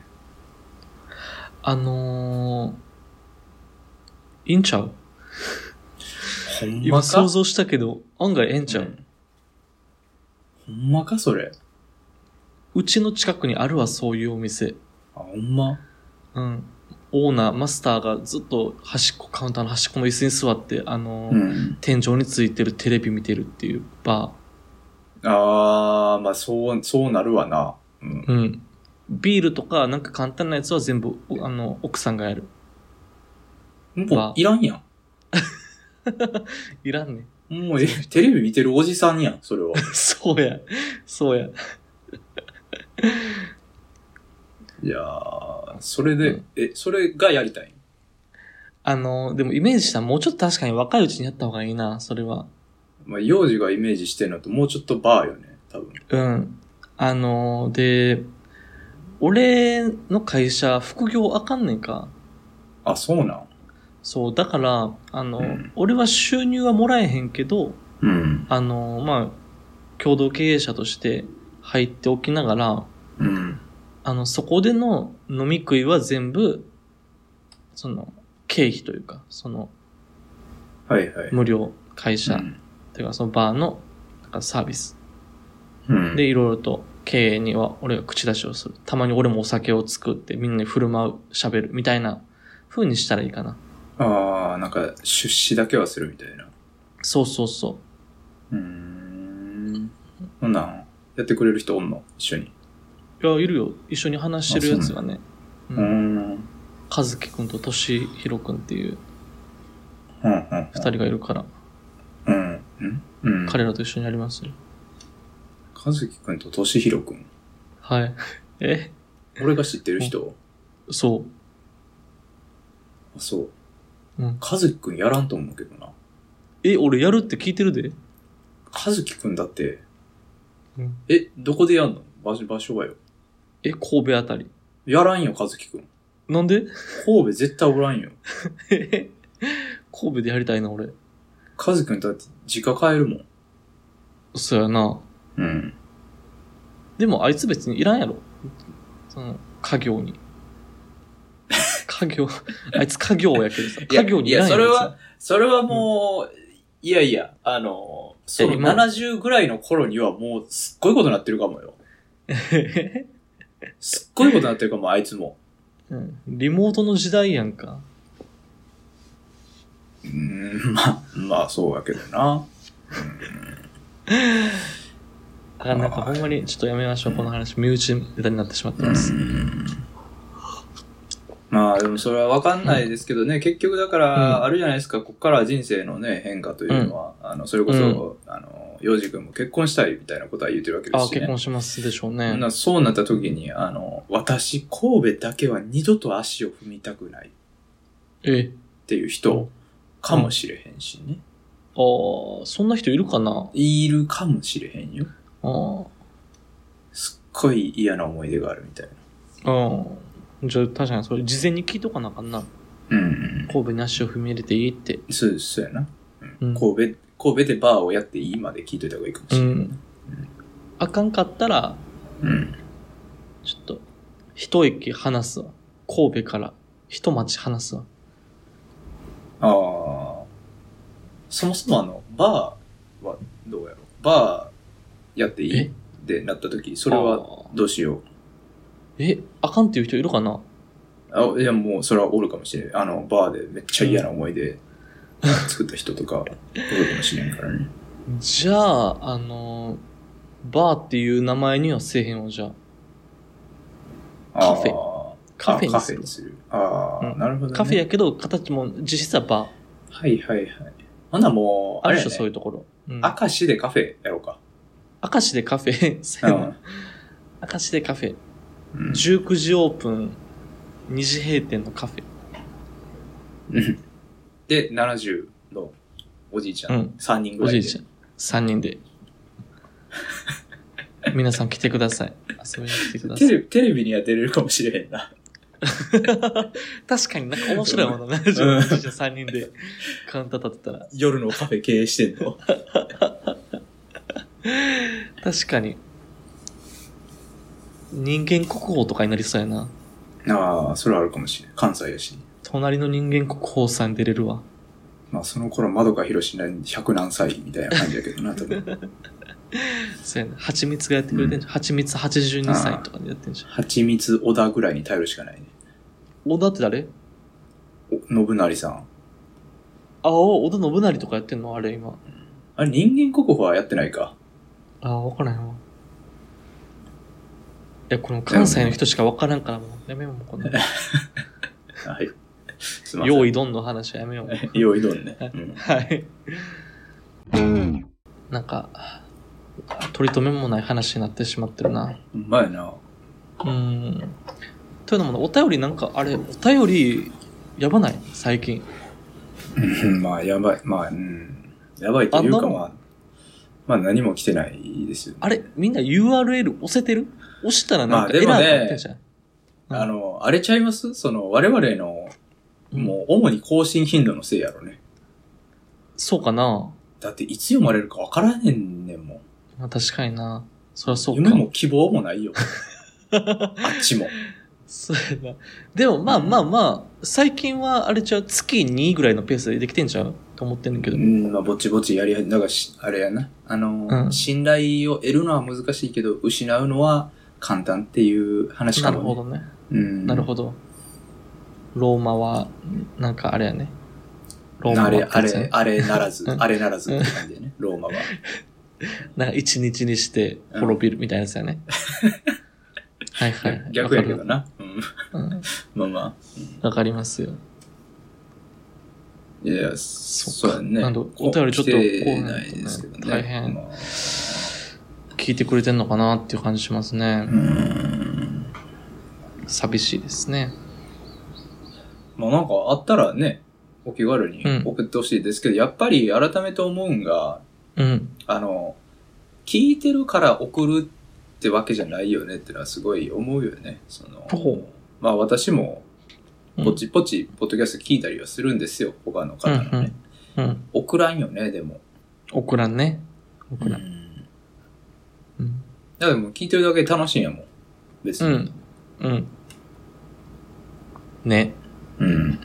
Speaker 1: あのー、いいんちゃう
Speaker 2: ほん
Speaker 1: 今
Speaker 2: まか
Speaker 1: 想像したけど、案外ええんちゃう、う
Speaker 2: うんほんまかそれ。
Speaker 1: ちの近くにあるわ、そういうお店。
Speaker 2: あ、ほんま
Speaker 1: うん。オーナー、マスターがずっと端っこ、カウンターの端っこの椅子に座って、あのー
Speaker 2: うん。
Speaker 1: 天井についてるテレビ見てるっていうバ
Speaker 2: あー、まあそう、そうなるわな。うん。
Speaker 1: ー。うん。ビールとか、なんか簡単なやつは全部、おあの、奥さんがやる。
Speaker 2: もういらんやん。
Speaker 1: いらん ね。
Speaker 2: もうえテレビ見てるおじさんやん、それは。
Speaker 1: そうや。そうや。
Speaker 2: いやー、それ
Speaker 1: う
Speaker 2: で
Speaker 1: ん、
Speaker 2: え、それがやりたい
Speaker 1: あの、でもイメージしたらもうちょっと確かに若いうちにやった方がいいな、それは。
Speaker 2: まあ、幼児がイメージしてるのともうちょっとバーよね、多分。
Speaker 1: うん。あの、で、俺の会社、副業あかんねんか。
Speaker 2: あ、そうなん
Speaker 1: そう、だから、あの、
Speaker 2: うん
Speaker 1: 俺は収入はもらえへんけど、
Speaker 2: うん。
Speaker 1: あの、まあ、共同経営者として入っておきながら、
Speaker 2: うん。
Speaker 1: あの、そこでの飲み食いは全部、その、経費というか、その、
Speaker 2: はいはい。
Speaker 1: 無料会社、
Speaker 2: うん
Speaker 1: というか、そのバーの、なんかサービス
Speaker 2: うん。
Speaker 1: でいろいろと経営には俺が口出しをする。たまに俺もお酒を作ってみんなに振る舞う、喋るみたいな風にしたらいいかな。
Speaker 2: ああ、なんか、出資だけはするみたいな。
Speaker 1: そうそうそう
Speaker 2: ーん。そんなん、やってくれる人おんの一緒に。
Speaker 1: う。いや、いるよ。一緒に話してるやつがね。う
Speaker 2: うー
Speaker 1: ん。
Speaker 2: ん。うん、
Speaker 1: 和樹くんととしひろくんっていう
Speaker 2: うん。
Speaker 1: 二人がいるから、
Speaker 2: うん。うん。うん。
Speaker 1: 彼らと一緒にやりますよ。
Speaker 2: 和樹くんととしひろくん。
Speaker 1: はい。え
Speaker 2: 俺が知ってる人
Speaker 1: そ
Speaker 2: あ、そう。
Speaker 1: う。うん。
Speaker 2: 和樹くんやらんと思うけどな。
Speaker 1: え、俺やるって聞いてるで。
Speaker 2: 和樹くんだって、
Speaker 1: うん
Speaker 2: え、どこでやんの場所、場所はよ。
Speaker 1: え、神戸あたり。
Speaker 2: やらんよ、和樹くん。
Speaker 1: なんで
Speaker 2: 神戸絶対おらんよ。
Speaker 1: 神戸でやりたいな、俺。
Speaker 2: 和樹くんだって、実家帰るもん。
Speaker 1: そうやな。
Speaker 2: うん。
Speaker 1: でもあいつ別にいらんやろ。その、家業 に。家業、あいつ家業やけどさ。
Speaker 2: いや
Speaker 1: 家業にいらんやろ。
Speaker 2: いやそれはそれはもう、いやいや、あの、その
Speaker 1: え今
Speaker 2: 70ぐらいの頃にはもう、すっごいことなってるかもよ。
Speaker 1: 別に
Speaker 2: すっごいことなってるかも、あいつも。
Speaker 1: うんリモートの時代やんか。
Speaker 2: うーん、まあ、まあ、そうやけどな。
Speaker 1: だからなんかほんまにちょっとやめましょう、この話。身内ネタになってしまってます。
Speaker 2: まあ、でもそれはわかんないですけどね、結局だから、
Speaker 1: うん
Speaker 2: あるじゃないですか、ここから人生のね、変化というのは、あの、それこそ、あの、洋二君も結婚したいみたいなことは言ってるわけで
Speaker 1: あ
Speaker 2: す
Speaker 1: あ、
Speaker 2: しね。
Speaker 1: 結婚しますでしょうね。
Speaker 2: なそうなった時に、あの、私、神戸だけは二度と足を踏みたくないっ
Speaker 1: え、
Speaker 2: ていう人かもしれへんしね。
Speaker 1: ああ、そんな人いるかない
Speaker 2: るかもしれへんよ。
Speaker 1: ああ、
Speaker 2: すっごい嫌な思い出があるみたいな。
Speaker 1: うん。じゃあ確かにそれ事前に聞いとかなあかんな。
Speaker 2: うん。
Speaker 1: 神戸に足を踏み入れていいって。
Speaker 2: そうです、そうやな。
Speaker 1: うん
Speaker 2: 神戸、神戸でバーをやっていいまで聞いといた方がいいかも
Speaker 1: う
Speaker 2: しれない。
Speaker 1: ん。あかんかったら、
Speaker 2: うん。
Speaker 1: ちょっと、一駅離すわ。神戸から一町離すわ。
Speaker 2: ああ。そもそもあの、バーはどうやろうバーやっていい
Speaker 1: え
Speaker 2: ってなった時、それは
Speaker 1: あー
Speaker 2: どうしよう。
Speaker 1: え、あかんっていう人いるかな
Speaker 2: あいや、もう、それはおるかもしれん。あの、バーでめっちゃ嫌な思い出作った人とか、おるかもしれんからね。
Speaker 1: じゃあ、あのーバーっていう名前にはせえへんわ、じゃあ。 カフェ
Speaker 2: あー
Speaker 1: カフェ
Speaker 2: あ
Speaker 1: に
Speaker 2: カ
Speaker 1: す
Speaker 2: フェ
Speaker 1: る
Speaker 2: に。する。ああ、
Speaker 1: うん
Speaker 2: なるほど、ね。
Speaker 1: カフェやけど、形も、実質はバー。
Speaker 2: はいはいはい。ほんならもう、
Speaker 1: あ
Speaker 2: あ
Speaker 1: る
Speaker 2: れ
Speaker 1: で
Speaker 2: や、
Speaker 1: しょ、
Speaker 2: ね、
Speaker 1: そういうところ。うん。
Speaker 2: 明石でカフェやろうか。
Speaker 1: 明石でカフェ、そうやな 明石でカフェ。
Speaker 2: うん。
Speaker 1: 19時オープン、二次閉店のカフェ。
Speaker 2: うんで、70のおじいちゃ
Speaker 1: うんん、
Speaker 2: 三3人ぐ
Speaker 1: お
Speaker 2: らい
Speaker 1: じ
Speaker 2: で。
Speaker 1: いちゃん、3人で。皆さん来てください。遊びに来てくださ
Speaker 2: テ
Speaker 1: い。
Speaker 2: レビ、テレビには出れるかもしれへんな。
Speaker 1: 確かになんか面白いものね。自分自身3人でカウンター立てたら。
Speaker 2: 夜のカフェ経営してんの。
Speaker 1: 確かに。人間国宝とかになりそうやな。
Speaker 2: ああ、それはあるかもしれん。関西やし。
Speaker 1: 隣の人間国宝さん出れるわ。
Speaker 2: まあ、その頃、窓かひろしなん100何歳みたいな感じやけど な、多分。
Speaker 1: そうやな。蜂蜜がやってくれてんじゃん。蜂蜜82歳とかでやってんじゃん。
Speaker 2: 蜂蜜小田ぐらいに頼るしかないね。
Speaker 1: 小田って誰
Speaker 2: お信成さん。
Speaker 1: あ、お小田信成とかやってんのあれ今。
Speaker 2: あれ、人間国宝はやってないか。
Speaker 1: あ、わからへんわ。いや、この関西の人しかわからんからもうやめようもうこの。
Speaker 2: はい。す
Speaker 1: 用
Speaker 2: 意。
Speaker 1: 意どんの話はやめようもう。
Speaker 2: 用意どんね。うん
Speaker 1: はい。なんか、取り留めもない話になってしまってるな。
Speaker 2: うまいな。
Speaker 1: うん。というのも、お便りなんか、あれ、お便り、やばない最近。
Speaker 2: うんまあ、やばい。まあ、うん。やばいという
Speaker 1: あんな
Speaker 2: か、
Speaker 1: もん
Speaker 2: まあ、まあ何も来てないですよね
Speaker 1: あれ、みんな URL 押せてる押したらなんかエ
Speaker 2: ま
Speaker 1: ラ
Speaker 2: あ
Speaker 1: ー
Speaker 2: でもね
Speaker 1: がってんじゃん。うん
Speaker 2: あの、あれちゃいますその、我々の、もう、主に更新頻度のせいやろね。
Speaker 1: そうかな。
Speaker 2: だって、いつ読まれるかわからへんねんもん。
Speaker 1: まあ確かにな。そりゃそうか
Speaker 2: 夢。も希望もないよ。あっちも。
Speaker 1: そうやな。でもまあまあまあ、最近はあれちゃう、月2ぐらいのペースでできてんちゃうと思ってんねんけど
Speaker 2: う。ん、まあ、ぼちぼちやりは、だからし、あれやな。あの、
Speaker 1: うん
Speaker 2: 信頼を得るのは難しいけど、失うのは簡単っていう話
Speaker 1: な
Speaker 2: か
Speaker 1: るほ
Speaker 2: も、ね。
Speaker 1: どね。
Speaker 2: うん。
Speaker 1: なるほど。ローマは、なんかあれやね。ローマ
Speaker 2: あ
Speaker 1: は
Speaker 2: れ、あ
Speaker 1: ってやつね
Speaker 2: れ、あれな らず、
Speaker 1: うん
Speaker 2: あれならずって感じだよね、ローマは。
Speaker 1: なんか一日にして滅びるみたいなやつや ね。はいはい。
Speaker 2: 逆やけ
Speaker 1: わ
Speaker 2: どな。うん。
Speaker 1: かるうん
Speaker 2: まあま
Speaker 1: わかりますよ。
Speaker 2: あ。いや、
Speaker 1: そ
Speaker 2: そ
Speaker 1: っ
Speaker 2: う
Speaker 1: か
Speaker 2: やね。
Speaker 1: なんでお便りちょっと
Speaker 2: こ来てないですけどね。
Speaker 1: 大変
Speaker 2: まあ
Speaker 1: 聞いてくれてんのかなっていう感じしますね
Speaker 2: う。ん。
Speaker 1: 寂しいですね。
Speaker 2: まあなんかあったらね、お気軽に
Speaker 1: うん
Speaker 2: 送ってほしいですけど、やっぱり改めて思うんが、
Speaker 1: うん。
Speaker 2: あの、聞いてるから送るってわけじゃないよねってのはすごい思うよね。その
Speaker 1: ほう
Speaker 2: まあ私も
Speaker 1: うん
Speaker 2: ポチポチポッドキャスト聞いたりはするんですよ、他の方のね。
Speaker 1: うんうんうん。
Speaker 2: 送らんよね、でも。
Speaker 1: 送らんね。送らん。うん。
Speaker 2: だからもう聞いてるだけで楽しいんやもん。別
Speaker 1: う
Speaker 2: に。
Speaker 1: ん。うん。ね。
Speaker 2: うん。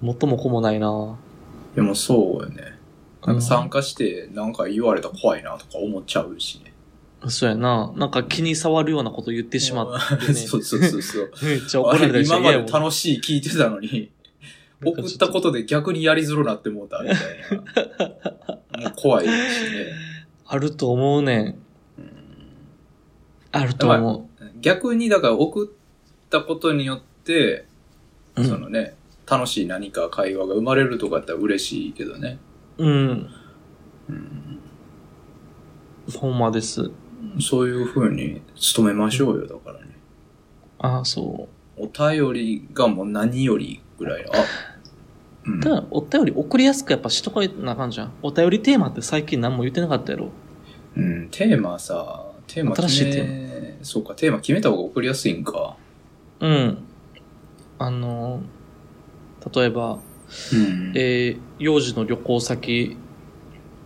Speaker 1: 元も子もないな
Speaker 2: でもそうよね。
Speaker 1: う
Speaker 2: なん
Speaker 1: ん
Speaker 2: か参加してなんか言われたら怖いなとか思っちゃうしね。。
Speaker 1: そうやななんか気に障るようなこと言ってしまってね
Speaker 2: そうそうそうそう。
Speaker 1: めっちゃ 怒られたりして
Speaker 2: あれ今ま
Speaker 1: 嫌や
Speaker 2: で
Speaker 1: もん
Speaker 2: 楽しい聞いてたのに、送ったことで逆にやりづらなって思うたみたい な。もう怖いしね。
Speaker 1: あると思うねん。
Speaker 2: うん
Speaker 1: あると思
Speaker 2: 逆にだから送ったことによって、
Speaker 1: う。う
Speaker 2: そ
Speaker 1: ん。
Speaker 2: のね、楽しい何か会話が生まれるとかやったら嬉しいけどね。
Speaker 1: うん。
Speaker 2: うん
Speaker 1: ほんまです。
Speaker 2: そういう風に努めましょうよ、だからね。
Speaker 1: ああ、そう。
Speaker 2: お便りがもう何よりぐらいの。あうん
Speaker 1: ただお便り送りやすくやっぱしとかなあかんじゃん。お便りテーマって最近何も言ってなかったやろ。
Speaker 2: うん、テーマさ、テーマ
Speaker 1: 新しい
Speaker 2: 決め、そうか、テーマ決めた方が送りやすいんか。
Speaker 1: うん。あの、例えば、
Speaker 2: うん
Speaker 1: えー、幼児の旅行先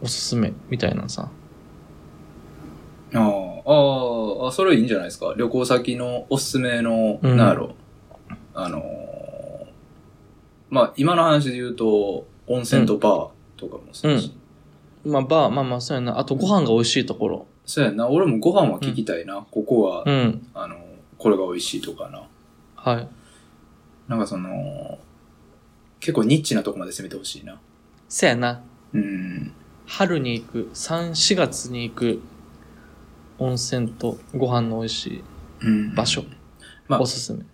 Speaker 1: おすすめみたいなさ。
Speaker 2: ああああ、それいいんじゃないですか。旅行先のおすすめの、
Speaker 1: うん
Speaker 2: なんやろ。あのーまあ、今の話で言うと、温泉とバーとかもそうし、
Speaker 1: うんまあ、バー、まあまあ、そうやな。あと、ご飯が美味しいところ。
Speaker 2: そうやな、俺もご飯は聞きたいな。ここは、
Speaker 1: うん。
Speaker 2: あの、これが美味しいとかな。
Speaker 1: はい。
Speaker 2: なんかその、結構ニッチなとこまで攻めてほしいな。
Speaker 1: せやな。
Speaker 2: うん。
Speaker 1: 春に行く、3、4月に行く、温泉とご飯の美味しい
Speaker 2: うん
Speaker 1: 場所。
Speaker 2: まあ
Speaker 1: おすすめ。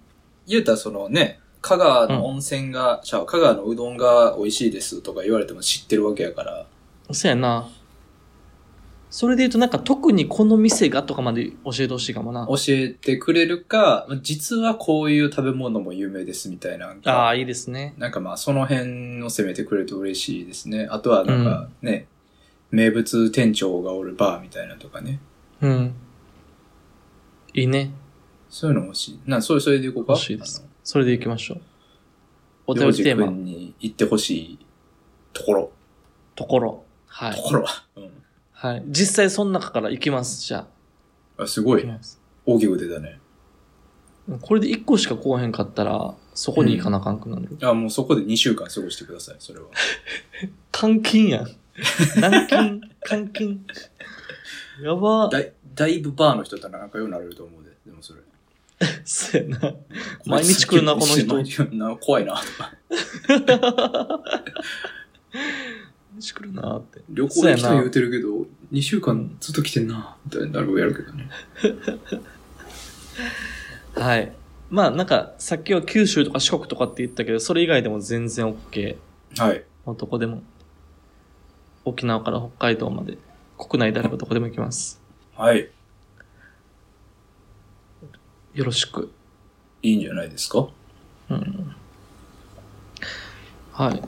Speaker 2: 言うたらそのね、香川の温泉が、ちゃう、香川のうどんが美味しいですとか言われても知ってるわけやから。
Speaker 1: そうやな。それで言うと、なんか特にこの店がとかまで教えてほしいかもな。
Speaker 2: 教えてくれるか、実はこういう食べ物も有名ですみたいな。
Speaker 1: ああ、いいですね。
Speaker 2: なんかまあその辺を攻めてくれると嬉しいですね。あとはなんかね、名物店長がおるバーみたいなとかね。
Speaker 1: うん。いいね。
Speaker 2: そういうの欲しい。な、それ、それでいこうか。
Speaker 1: 欲しいです。それで行きましょう。
Speaker 2: あ
Speaker 1: お
Speaker 2: の。
Speaker 1: 便
Speaker 2: お
Speaker 1: りテーマ、
Speaker 2: に行ってほしいところ。
Speaker 1: ところ。は
Speaker 2: と
Speaker 1: い。
Speaker 2: ころは。うん
Speaker 1: はい。実際その中から行きます。じゃあ。
Speaker 2: あ。すご
Speaker 1: 行き
Speaker 2: い。
Speaker 1: ます
Speaker 2: 大きく出たね。
Speaker 1: これで1個しか来おへんかったら、そこに行かなあかんくなる。
Speaker 2: あ、もうそこで2週間過ごしてください、それは。
Speaker 1: 監禁 やん。軟禁、監禁。やば。
Speaker 2: だいだいぶバーの人と仲良くなれると思うで、でもそれ。
Speaker 1: そうやな。毎日来るなこの人
Speaker 2: 毎日来るな怖いな、とか。
Speaker 1: しくるなーって。
Speaker 2: 旅行
Speaker 1: そうや
Speaker 2: 行き
Speaker 1: な
Speaker 2: と言うてるけど、2週間ずっと来てんな、みたいなるやるけどね。
Speaker 1: はい。まあなんか、さっきは九州とか四国とかって言ったけど、それ以外でも全然 OK。
Speaker 2: はい。
Speaker 1: もうどこでも。沖縄から北海道まで。国内であればどこでも行きます。
Speaker 2: はい。
Speaker 1: よろしく。
Speaker 2: いいんじゃないですか
Speaker 1: うん。はい。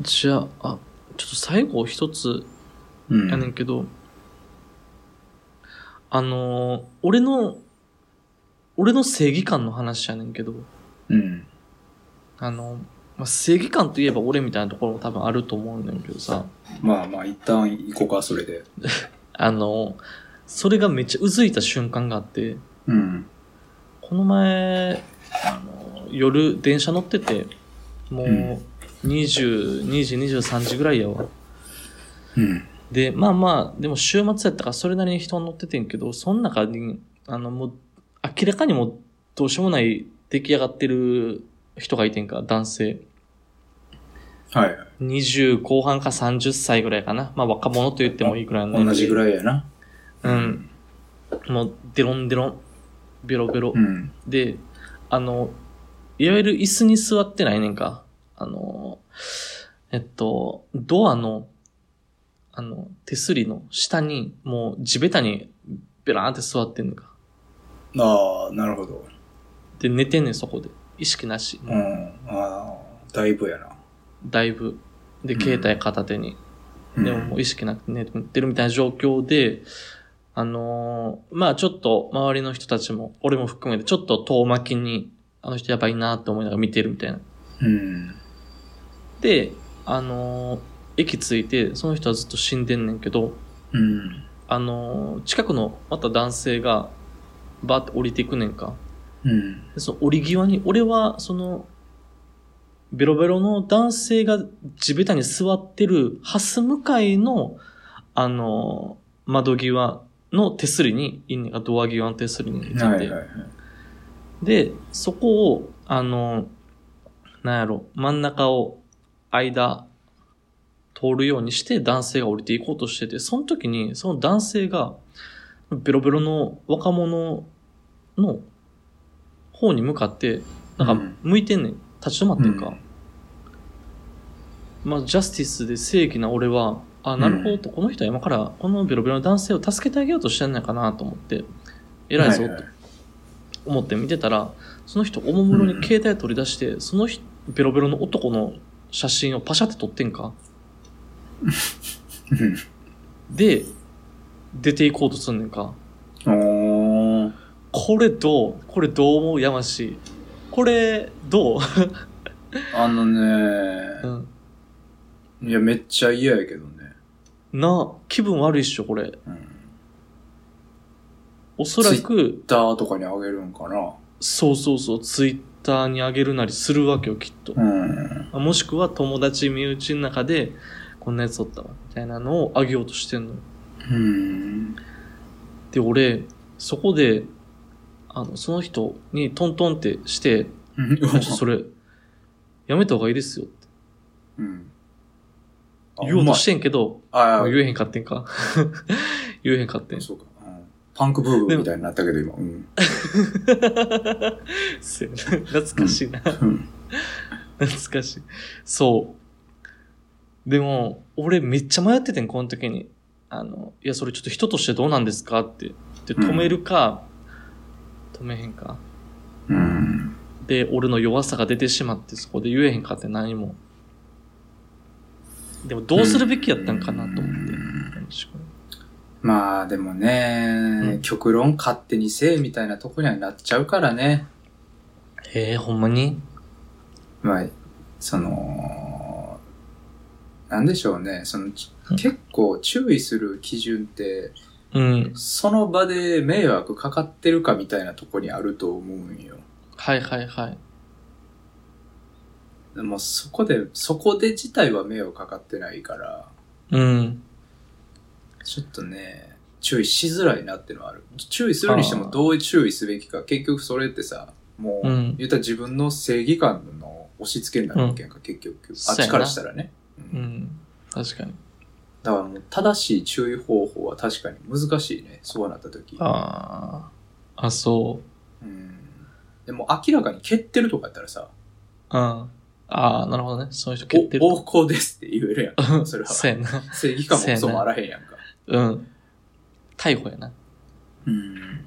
Speaker 1: じゃあ、あちょっと最後一つ
Speaker 2: う
Speaker 1: やね
Speaker 2: ん。
Speaker 1: んけど、あのー俺の、俺の正義感の話やねんけど、
Speaker 2: うん。
Speaker 1: あの、まあ、正義感といえば俺みたいなところも多分あると思うねんだけどさ、
Speaker 2: まあまあ、一旦行こうか、それで。
Speaker 1: あの、それがめっちゃうずいた瞬間があって、
Speaker 2: うん。
Speaker 1: この前、あの夜電車乗ってて、もう
Speaker 2: うん
Speaker 1: 22時、23時ぐらいやわ。
Speaker 2: うん。
Speaker 1: で、まあまあ、でも週末やったからそれなりに人は乗っててんけど、その中に、あのもう、明らかにもうどうしようもない出来上がってる人がいてんか、男性。
Speaker 2: はい。
Speaker 1: 20後半か30歳ぐらいかな。まあ若者と言ってもいいくらいの年齢。
Speaker 2: 同じぐらいやな。
Speaker 1: うん。もう、デロンデロン。ベロベロ。
Speaker 2: うん。
Speaker 1: で、あの、いわゆる椅子に座ってないねんか。あの、えっと、ドアの、あの、手すりの下に、もう地べたに、ベラーンって座ってんのか。
Speaker 2: ああ、なるほど。
Speaker 1: で、寝てんねん、そこで。意識なし。
Speaker 2: う。
Speaker 1: もうん
Speaker 2: ああ、だいぶやな。
Speaker 1: だいぶ。で、
Speaker 2: うん
Speaker 1: 携帯片手に。
Speaker 2: うん
Speaker 1: でももう意識なくて寝てるみたいな状況で、あのーまあちょっと周りの人たちも、俺も含めて、ちょっと遠巻きに、あの人やばいなって思いながら見てるみたいな。
Speaker 2: うん。
Speaker 1: で、あのー駅着いて、その人はずっと死んでんねんけど、
Speaker 2: うん。
Speaker 1: あのー近くのまた男性が、バーって降りていくねんか。
Speaker 2: うん。
Speaker 1: で、その降り際に、俺は、その、ベロベロの男性が地べたに座ってる、ハス向かいの、あのー窓際の手すりに、いんねんか、ドア際の手すりにいてて、
Speaker 2: はいはいはい。
Speaker 1: で、そこを、あの、なんやろ、真ん中を、間、通るようにして男性が降りていこうとしてて、その時に、その男性が、ベロベロの若者の方に向かって、なん
Speaker 2: う
Speaker 1: か
Speaker 2: ん、
Speaker 1: 向いてんねん。立ち止まってん
Speaker 2: う
Speaker 1: か
Speaker 2: ん。
Speaker 1: まあ、ジャスティスで正義な俺は、あ、なるほどと、この人は今から、このベロベロの男性を助けてあげようとしてんのかなと思って、偉いぞ
Speaker 2: はい
Speaker 1: と
Speaker 2: はい
Speaker 1: 思って見てたら、その人おもむろに携帯取り出して、その人ベロベロの男の写真をパシャって撮ってんか。
Speaker 2: うん
Speaker 1: で、出ていこうとすんねんか。
Speaker 2: おー
Speaker 1: これどうこれどう思うやましい。これ、どう
Speaker 2: あの
Speaker 1: う
Speaker 2: ね、
Speaker 1: ん。
Speaker 2: いや、めっちゃ嫌やけどね。
Speaker 1: な、気分悪いっしょ、これ。
Speaker 2: うん。
Speaker 1: おそらく、
Speaker 2: ダーとかにあげるんかな。
Speaker 1: そうそうそう、ツイッターにあげるなりするわけよ、きっと。
Speaker 2: うん。
Speaker 1: もしくは友達、身内の中で、こんなやつおったわ、みたいなのをあげようとしてんの。
Speaker 2: うん。
Speaker 1: で、俺、そこで、あの、その人にトントンってして、
Speaker 2: うん
Speaker 1: ちょっとそれ、やめた方がいいですよって
Speaker 2: うん。あ
Speaker 1: 言おうとしてんけど、
Speaker 2: ほんまやあ
Speaker 1: まあ
Speaker 2: ー
Speaker 1: 言えへんかってんか。 言えへんかってん。
Speaker 2: そうか。うんパンクブーブーみたいになったけど、今。うん。
Speaker 1: せやな懐かしいな。
Speaker 2: うん
Speaker 1: 懐かしい。そう。でも、俺めっちゃ迷っててん、この時に。あの、いや、それちょっと人としてどうなんですかって。で、止めるか、止めへんか。
Speaker 2: うん。
Speaker 1: で、俺の弱さが出てしまって、そこで言えへんかって何も。でも、どうするべきやったんかなと思って。
Speaker 2: まあ、でもね、
Speaker 1: うん
Speaker 2: 極論勝手にせえみたいなとこにはなっちゃうからね。
Speaker 1: えー、ほんまに
Speaker 2: まあ、その、なんでしょうね。その、ち
Speaker 1: うん
Speaker 2: 結構注意する基準って、
Speaker 1: うん。
Speaker 2: その場で迷惑かかってるかみたいなとこにあると思うんよ。
Speaker 1: はいはいはい。
Speaker 2: でもそこで、そこで自体は迷惑かかってないから、
Speaker 1: うん。
Speaker 2: ちょっとね、注意しづらいなってのはある。注意するにしてもどう注意すべきか、結局それってさ、もう、
Speaker 1: うん
Speaker 2: 言ったら自分の正義感の押し付けになるわけやんか、結局。あっちからしたらね。う
Speaker 1: うんん。確かに。
Speaker 2: だからもう正しい注意方法は確かに難しいね、そうなった時。
Speaker 1: ああ。あ、そう。
Speaker 2: うん、でも明らかに蹴ってるとかやったらさ、
Speaker 1: うん。ああ、なるほどね。その人蹴ってる
Speaker 2: お暴
Speaker 1: と。
Speaker 2: 行ですって言えるやんか、それは。
Speaker 1: そうやな。
Speaker 2: 正義感もクソもあらへんやんか。
Speaker 1: うん。逮捕やな。
Speaker 2: うん。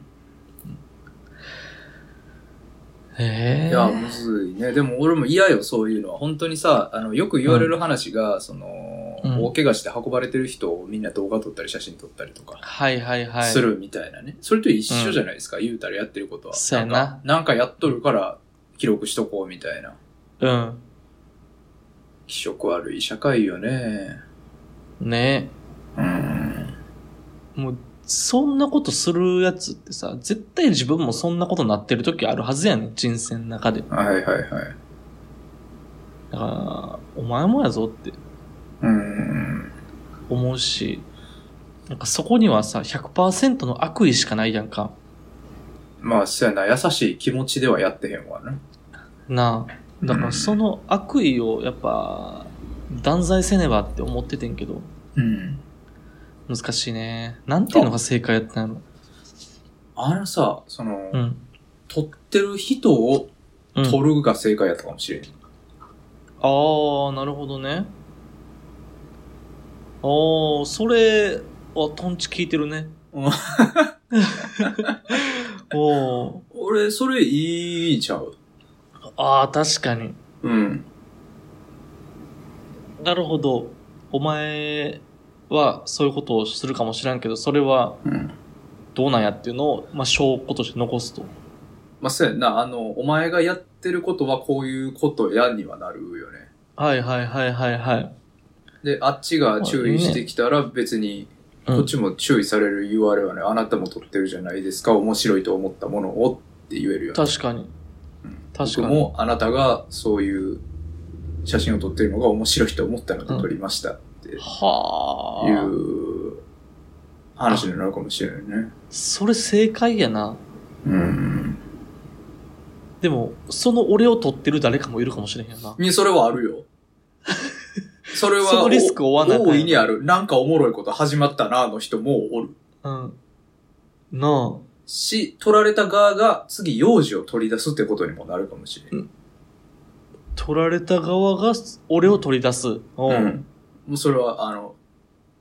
Speaker 1: へえ。
Speaker 2: いや、むずいね。でも俺も嫌よ、そういうのは。本当にさ、あの、よく言われる話が、その、
Speaker 1: うん
Speaker 2: 大怪我して運ばれてる人をみんな動画撮ったり写真撮ったりとか、
Speaker 1: はいはいはい。
Speaker 2: す。るみたいなね。それと一緒じゃないですか、言うたらやってることは。
Speaker 1: そうやな
Speaker 2: なんか、なんかやっとるから、記録しとこうみたいな。
Speaker 1: うん。
Speaker 2: 気色悪い社会よね。
Speaker 1: ね
Speaker 2: うん。
Speaker 1: え。もう、そんなことするやつってさ、絶対自分もそんなことなってる時あるはずやねん、人生の中で。
Speaker 2: はいはいはい。
Speaker 1: だから、お前もやぞって
Speaker 2: うん。
Speaker 1: 思うし、なんかそこにはさ、100%の悪意しかないやんか。
Speaker 2: まあ、そうやな、優しい気持ちではやってへんわな。
Speaker 1: なあ。だからその悪意をやっぱ、断罪せねばって思っててんけど、
Speaker 2: うん。
Speaker 1: 難しいね。なんていうのが正解やったんやろ。
Speaker 2: あのさ、その、
Speaker 1: うん。
Speaker 2: 撮ってる人を
Speaker 1: うん、
Speaker 2: 撮るが正解やったかもしれん。
Speaker 1: ああ、なるほどね。ああ、それはトンチ効いてるね。
Speaker 2: うん
Speaker 1: おー
Speaker 2: 俺、それいいちゃう。
Speaker 1: ああ、確かに。
Speaker 2: うん。
Speaker 1: なるほど。お前はそういうことをするかもしらんけど、それは
Speaker 2: うん。
Speaker 1: どうなんやっていうのを、まあ、証拠として残すと。
Speaker 2: まあ、そうやな、あの、お前がやってることはこういうことやにはなるよね。
Speaker 1: はいはいはいはいはい。
Speaker 2: で、あっちが注意してきたら別に、
Speaker 1: うん
Speaker 2: こっちも注意される URL はね、あなたも撮ってるじゃないですか、面白いと思ったものをって言えるよね。
Speaker 1: 確かに。確か
Speaker 2: 僕
Speaker 1: に。
Speaker 2: もあなたがそういう写真を撮ってるのが面白いと思ったので撮りましたってい
Speaker 1: はあ。
Speaker 2: う話になるかもしれないね。
Speaker 1: それ正解やな。
Speaker 2: うん。
Speaker 1: でも、その俺を取ってる誰かもいるかもしれへんよな。
Speaker 2: に、それはあるよ。それは、
Speaker 1: そのリスクを負わなあかん
Speaker 2: 大いにある。なんかおもろいこと始まったな、の人もおる。
Speaker 1: うん。な
Speaker 2: し、撮られた側が次、幼児を取り出すってことにもなるかもしれない。
Speaker 1: あ、取られた側が俺を取り出す。う。
Speaker 2: うんん。もうそれは、あの、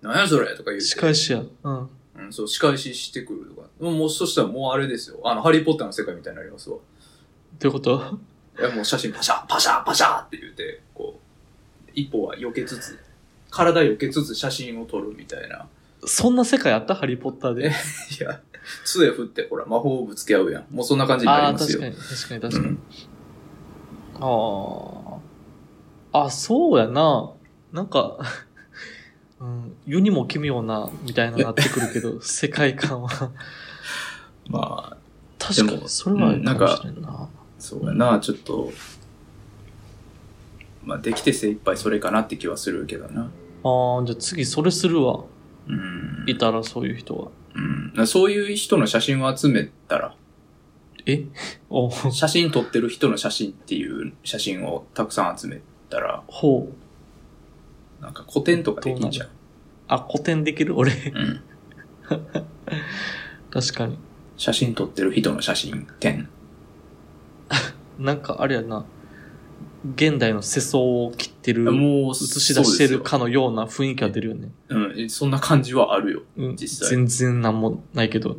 Speaker 2: なんやそれとか言って。
Speaker 1: 仕返しや。うん。
Speaker 2: うん、そう、仕返ししてくるとか。もうもう、そしたらもうあれですよ。あの、ハリーポッターの世界みたいになりますわ。
Speaker 1: ということ
Speaker 2: いや、もう写真パシャパシャパシャって言って、こう、一歩は避けつつ、体避けつつ写真を撮るみたいな。
Speaker 1: そんな世界あったハリーポッターで。
Speaker 2: いや、杖振ってほら、魔法をぶつけ合うやん。もうそんな感じにな
Speaker 1: あ
Speaker 2: り
Speaker 1: あ、
Speaker 2: ます
Speaker 1: 確
Speaker 2: よ。
Speaker 1: かに、確かに、確か
Speaker 2: う
Speaker 1: に。
Speaker 2: ん
Speaker 1: ああ。あ、そうやな。なんか、 うん、世にも奇妙な、みたいななってくるけ ど、世界観は。
Speaker 2: まあ、
Speaker 1: 確か
Speaker 2: でも
Speaker 1: に、それはあ
Speaker 2: うん
Speaker 1: る
Speaker 2: な
Speaker 1: か
Speaker 2: ん
Speaker 1: も
Speaker 2: か
Speaker 1: しれんな。
Speaker 2: そうやな、ちょっと、まあ、できて精一杯それかなって気はするけどな。
Speaker 1: ああ、じゃあ次それするわ。
Speaker 2: うん。
Speaker 1: いたらそういう人は。
Speaker 2: うん、そういう人の写真を集めたら、
Speaker 1: え お
Speaker 2: 写真撮ってる人の写真っていう写真をたくさん集めたら、
Speaker 1: ほう。
Speaker 2: なんか古典とかできんじゃん。
Speaker 1: あ、古典できる俺。
Speaker 2: うん。
Speaker 1: 確かに。
Speaker 2: 写真撮ってる人の写真展。
Speaker 1: なんかあれやな。現代の世相を切ってる、
Speaker 2: もう、
Speaker 1: 映し出してる
Speaker 2: か。
Speaker 1: かのような雰囲気が出るよね。
Speaker 2: うん、そんな感じはあるよ。
Speaker 1: うん、
Speaker 2: 実際
Speaker 1: 全然なんもないけど。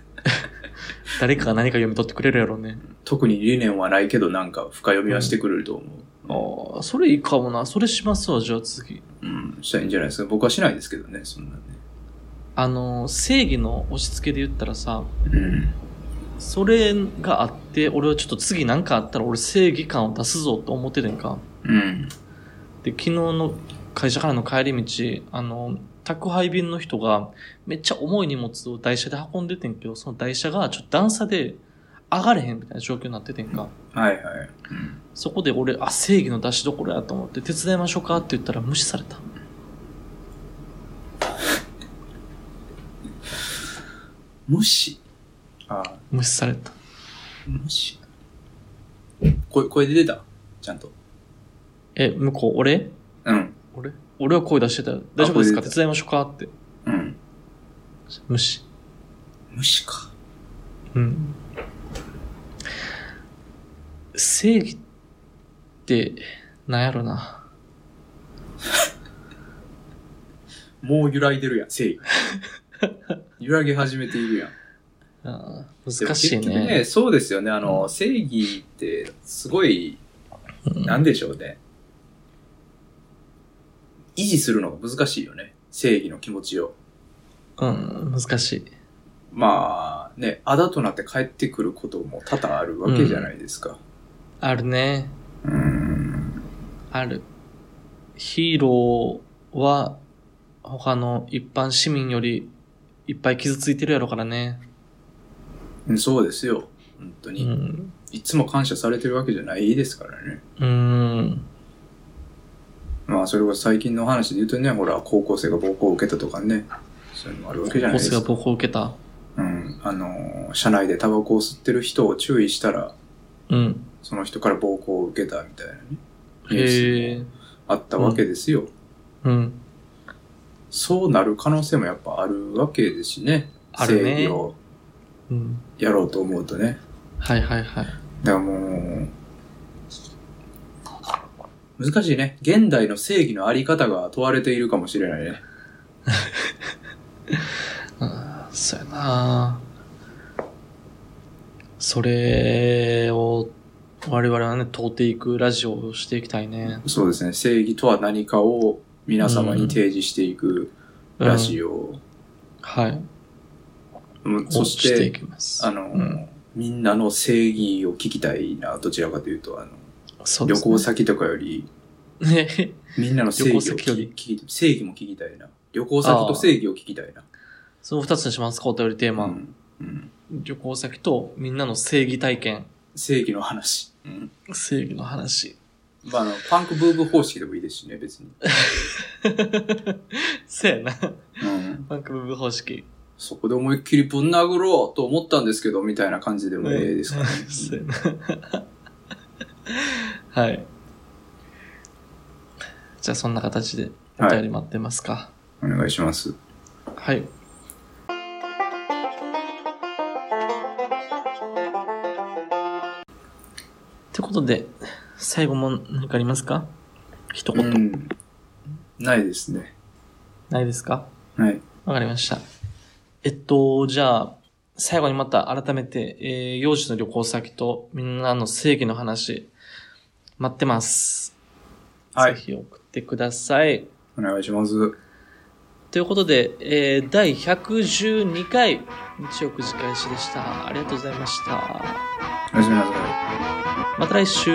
Speaker 1: 誰かが何か読み取ってくれるやろうね。
Speaker 2: 特に理念はないけど、なんか深読みはしてくれると思う。
Speaker 1: ああ、それいいかもな。それしますわ、じゃあ次。
Speaker 2: うん、したらいいんじゃないですか。僕はしないですけどね、そんなね。
Speaker 1: あのー、正義の押し付けで言ったらさ、
Speaker 2: うん。
Speaker 1: それがあって、俺はちょっと次なんかあったら俺正義感を出すぞと思っててんか。
Speaker 2: うん。
Speaker 1: で、昨日の会社からの帰り道、あの、宅配便の人がめっちゃ重い荷物を台車で運んでてんけど、その台車がちょっと段差で上がれへんみたいな状況になっててんか。
Speaker 2: はいはい。うん
Speaker 1: そこで俺、あ、正義の出しどころやと思って、手伝いましょうかって言ったら無視された。
Speaker 2: 無視。ああ、
Speaker 1: 無視された。
Speaker 2: 無視。声、声で出たちゃんと。
Speaker 1: え、向こう、俺
Speaker 2: うん。
Speaker 1: 俺俺は声出してたよ。大丈夫ですか
Speaker 2: 声出
Speaker 1: 手
Speaker 2: てた
Speaker 1: 伝いましょうかって。
Speaker 2: うん。
Speaker 1: 無視。
Speaker 2: 無視か。
Speaker 1: うん。正義って、なんやろな。
Speaker 2: もう揺らいでるやん、正 義。揺らぎ始めているやん。
Speaker 1: あー難しい
Speaker 2: でも結局
Speaker 1: ね。
Speaker 2: そうですよね。あの、
Speaker 1: う
Speaker 2: 正義って、すごい、
Speaker 1: うん
Speaker 2: なんでしょうね。維持するのが難しいよね。正義の気持ちを。
Speaker 1: うん、難しい。
Speaker 2: まあ、ね、あだとなって帰ってくることも多々あるわけじゃないですか。
Speaker 1: あるね。
Speaker 2: うん。
Speaker 1: ある。ヒーローは他の一般市民よりいっぱい傷ついてるやろからね。
Speaker 2: うんそうですよ。本当
Speaker 1: う
Speaker 2: に。
Speaker 1: ん。
Speaker 2: いつも感謝されてるわけじゃないですからね。
Speaker 1: うん。
Speaker 2: まあ、それは最近の話で言うとね、ほら、高校生が暴行を受けたとかね、そういうのもあるわけじゃない
Speaker 1: ボ
Speaker 2: で
Speaker 1: ス
Speaker 2: す
Speaker 1: が
Speaker 2: か。
Speaker 1: 暴行を受けた。
Speaker 2: うん。あの、車内でタバコを吸ってる人を注意したら、
Speaker 1: うん。
Speaker 2: その人から暴行を受けたみたいなね、ニュ
Speaker 1: へ
Speaker 2: ース
Speaker 1: え
Speaker 2: も。あったわけですよ。
Speaker 1: うん。
Speaker 2: そうなる可能性もやっぱあるわけですしね。
Speaker 1: ある
Speaker 2: 正
Speaker 1: ね
Speaker 2: 義を
Speaker 1: うん。
Speaker 2: やろうと思うとね。
Speaker 1: はいはいはい。
Speaker 2: だからもう、難しいね。現代の正義のあり方が問われているかもしれないね。
Speaker 1: うんそうやなそれを我々はね、問うていくラジオをしていきたいね。
Speaker 2: そうですね。正義とは何かを皆様に提示していく
Speaker 1: うん
Speaker 2: ラジオ、
Speaker 1: はい。
Speaker 2: うんそ
Speaker 1: を
Speaker 2: し
Speaker 1: してい
Speaker 2: て、
Speaker 1: きます。
Speaker 2: あ
Speaker 1: う
Speaker 2: の、
Speaker 1: ん
Speaker 2: みんなの正義を聞きたいな、どちらかというと、あの、
Speaker 1: そう
Speaker 2: 旅
Speaker 1: ですね
Speaker 2: 行先とかより、
Speaker 1: ね。
Speaker 2: みんなの正義を
Speaker 1: 旅
Speaker 2: 聞
Speaker 1: 行先より
Speaker 2: き聞き正義も聞きたいな。旅行先と正義を聞きたいな。
Speaker 1: その二つにしますか、お便りテーマ。
Speaker 2: うんうん
Speaker 1: 旅行先とみんなの正義体験。
Speaker 2: 正義の話。うん
Speaker 1: 正義の話。
Speaker 2: まあ、あの、パンクブーブー方式でもいいですしね、別に。
Speaker 1: そうやな。
Speaker 2: うん
Speaker 1: バンクブーブー方式。
Speaker 2: そこで思いっきりぶん殴ろうと思ったんですけど、みたいな感じでもええですかね。
Speaker 1: そうやな。 はい。じゃあそんな形でお便り待ってますか。
Speaker 2: お願いします。
Speaker 1: はい。ということで、最後も何かありますか一言、
Speaker 2: うん。ないですね。
Speaker 1: ないですか
Speaker 2: はい。
Speaker 1: わかりました。えっと、じゃあ、最後にまた改めて、えー、幼児の旅行先とみんなの正義の話、待ってます。
Speaker 2: はい
Speaker 1: ぜひ送ってください。
Speaker 2: お願いします。
Speaker 1: ということで、えー、第112回、日曜くじ開始でした。ありがとうございました。
Speaker 2: おやすみなさい。
Speaker 1: また来週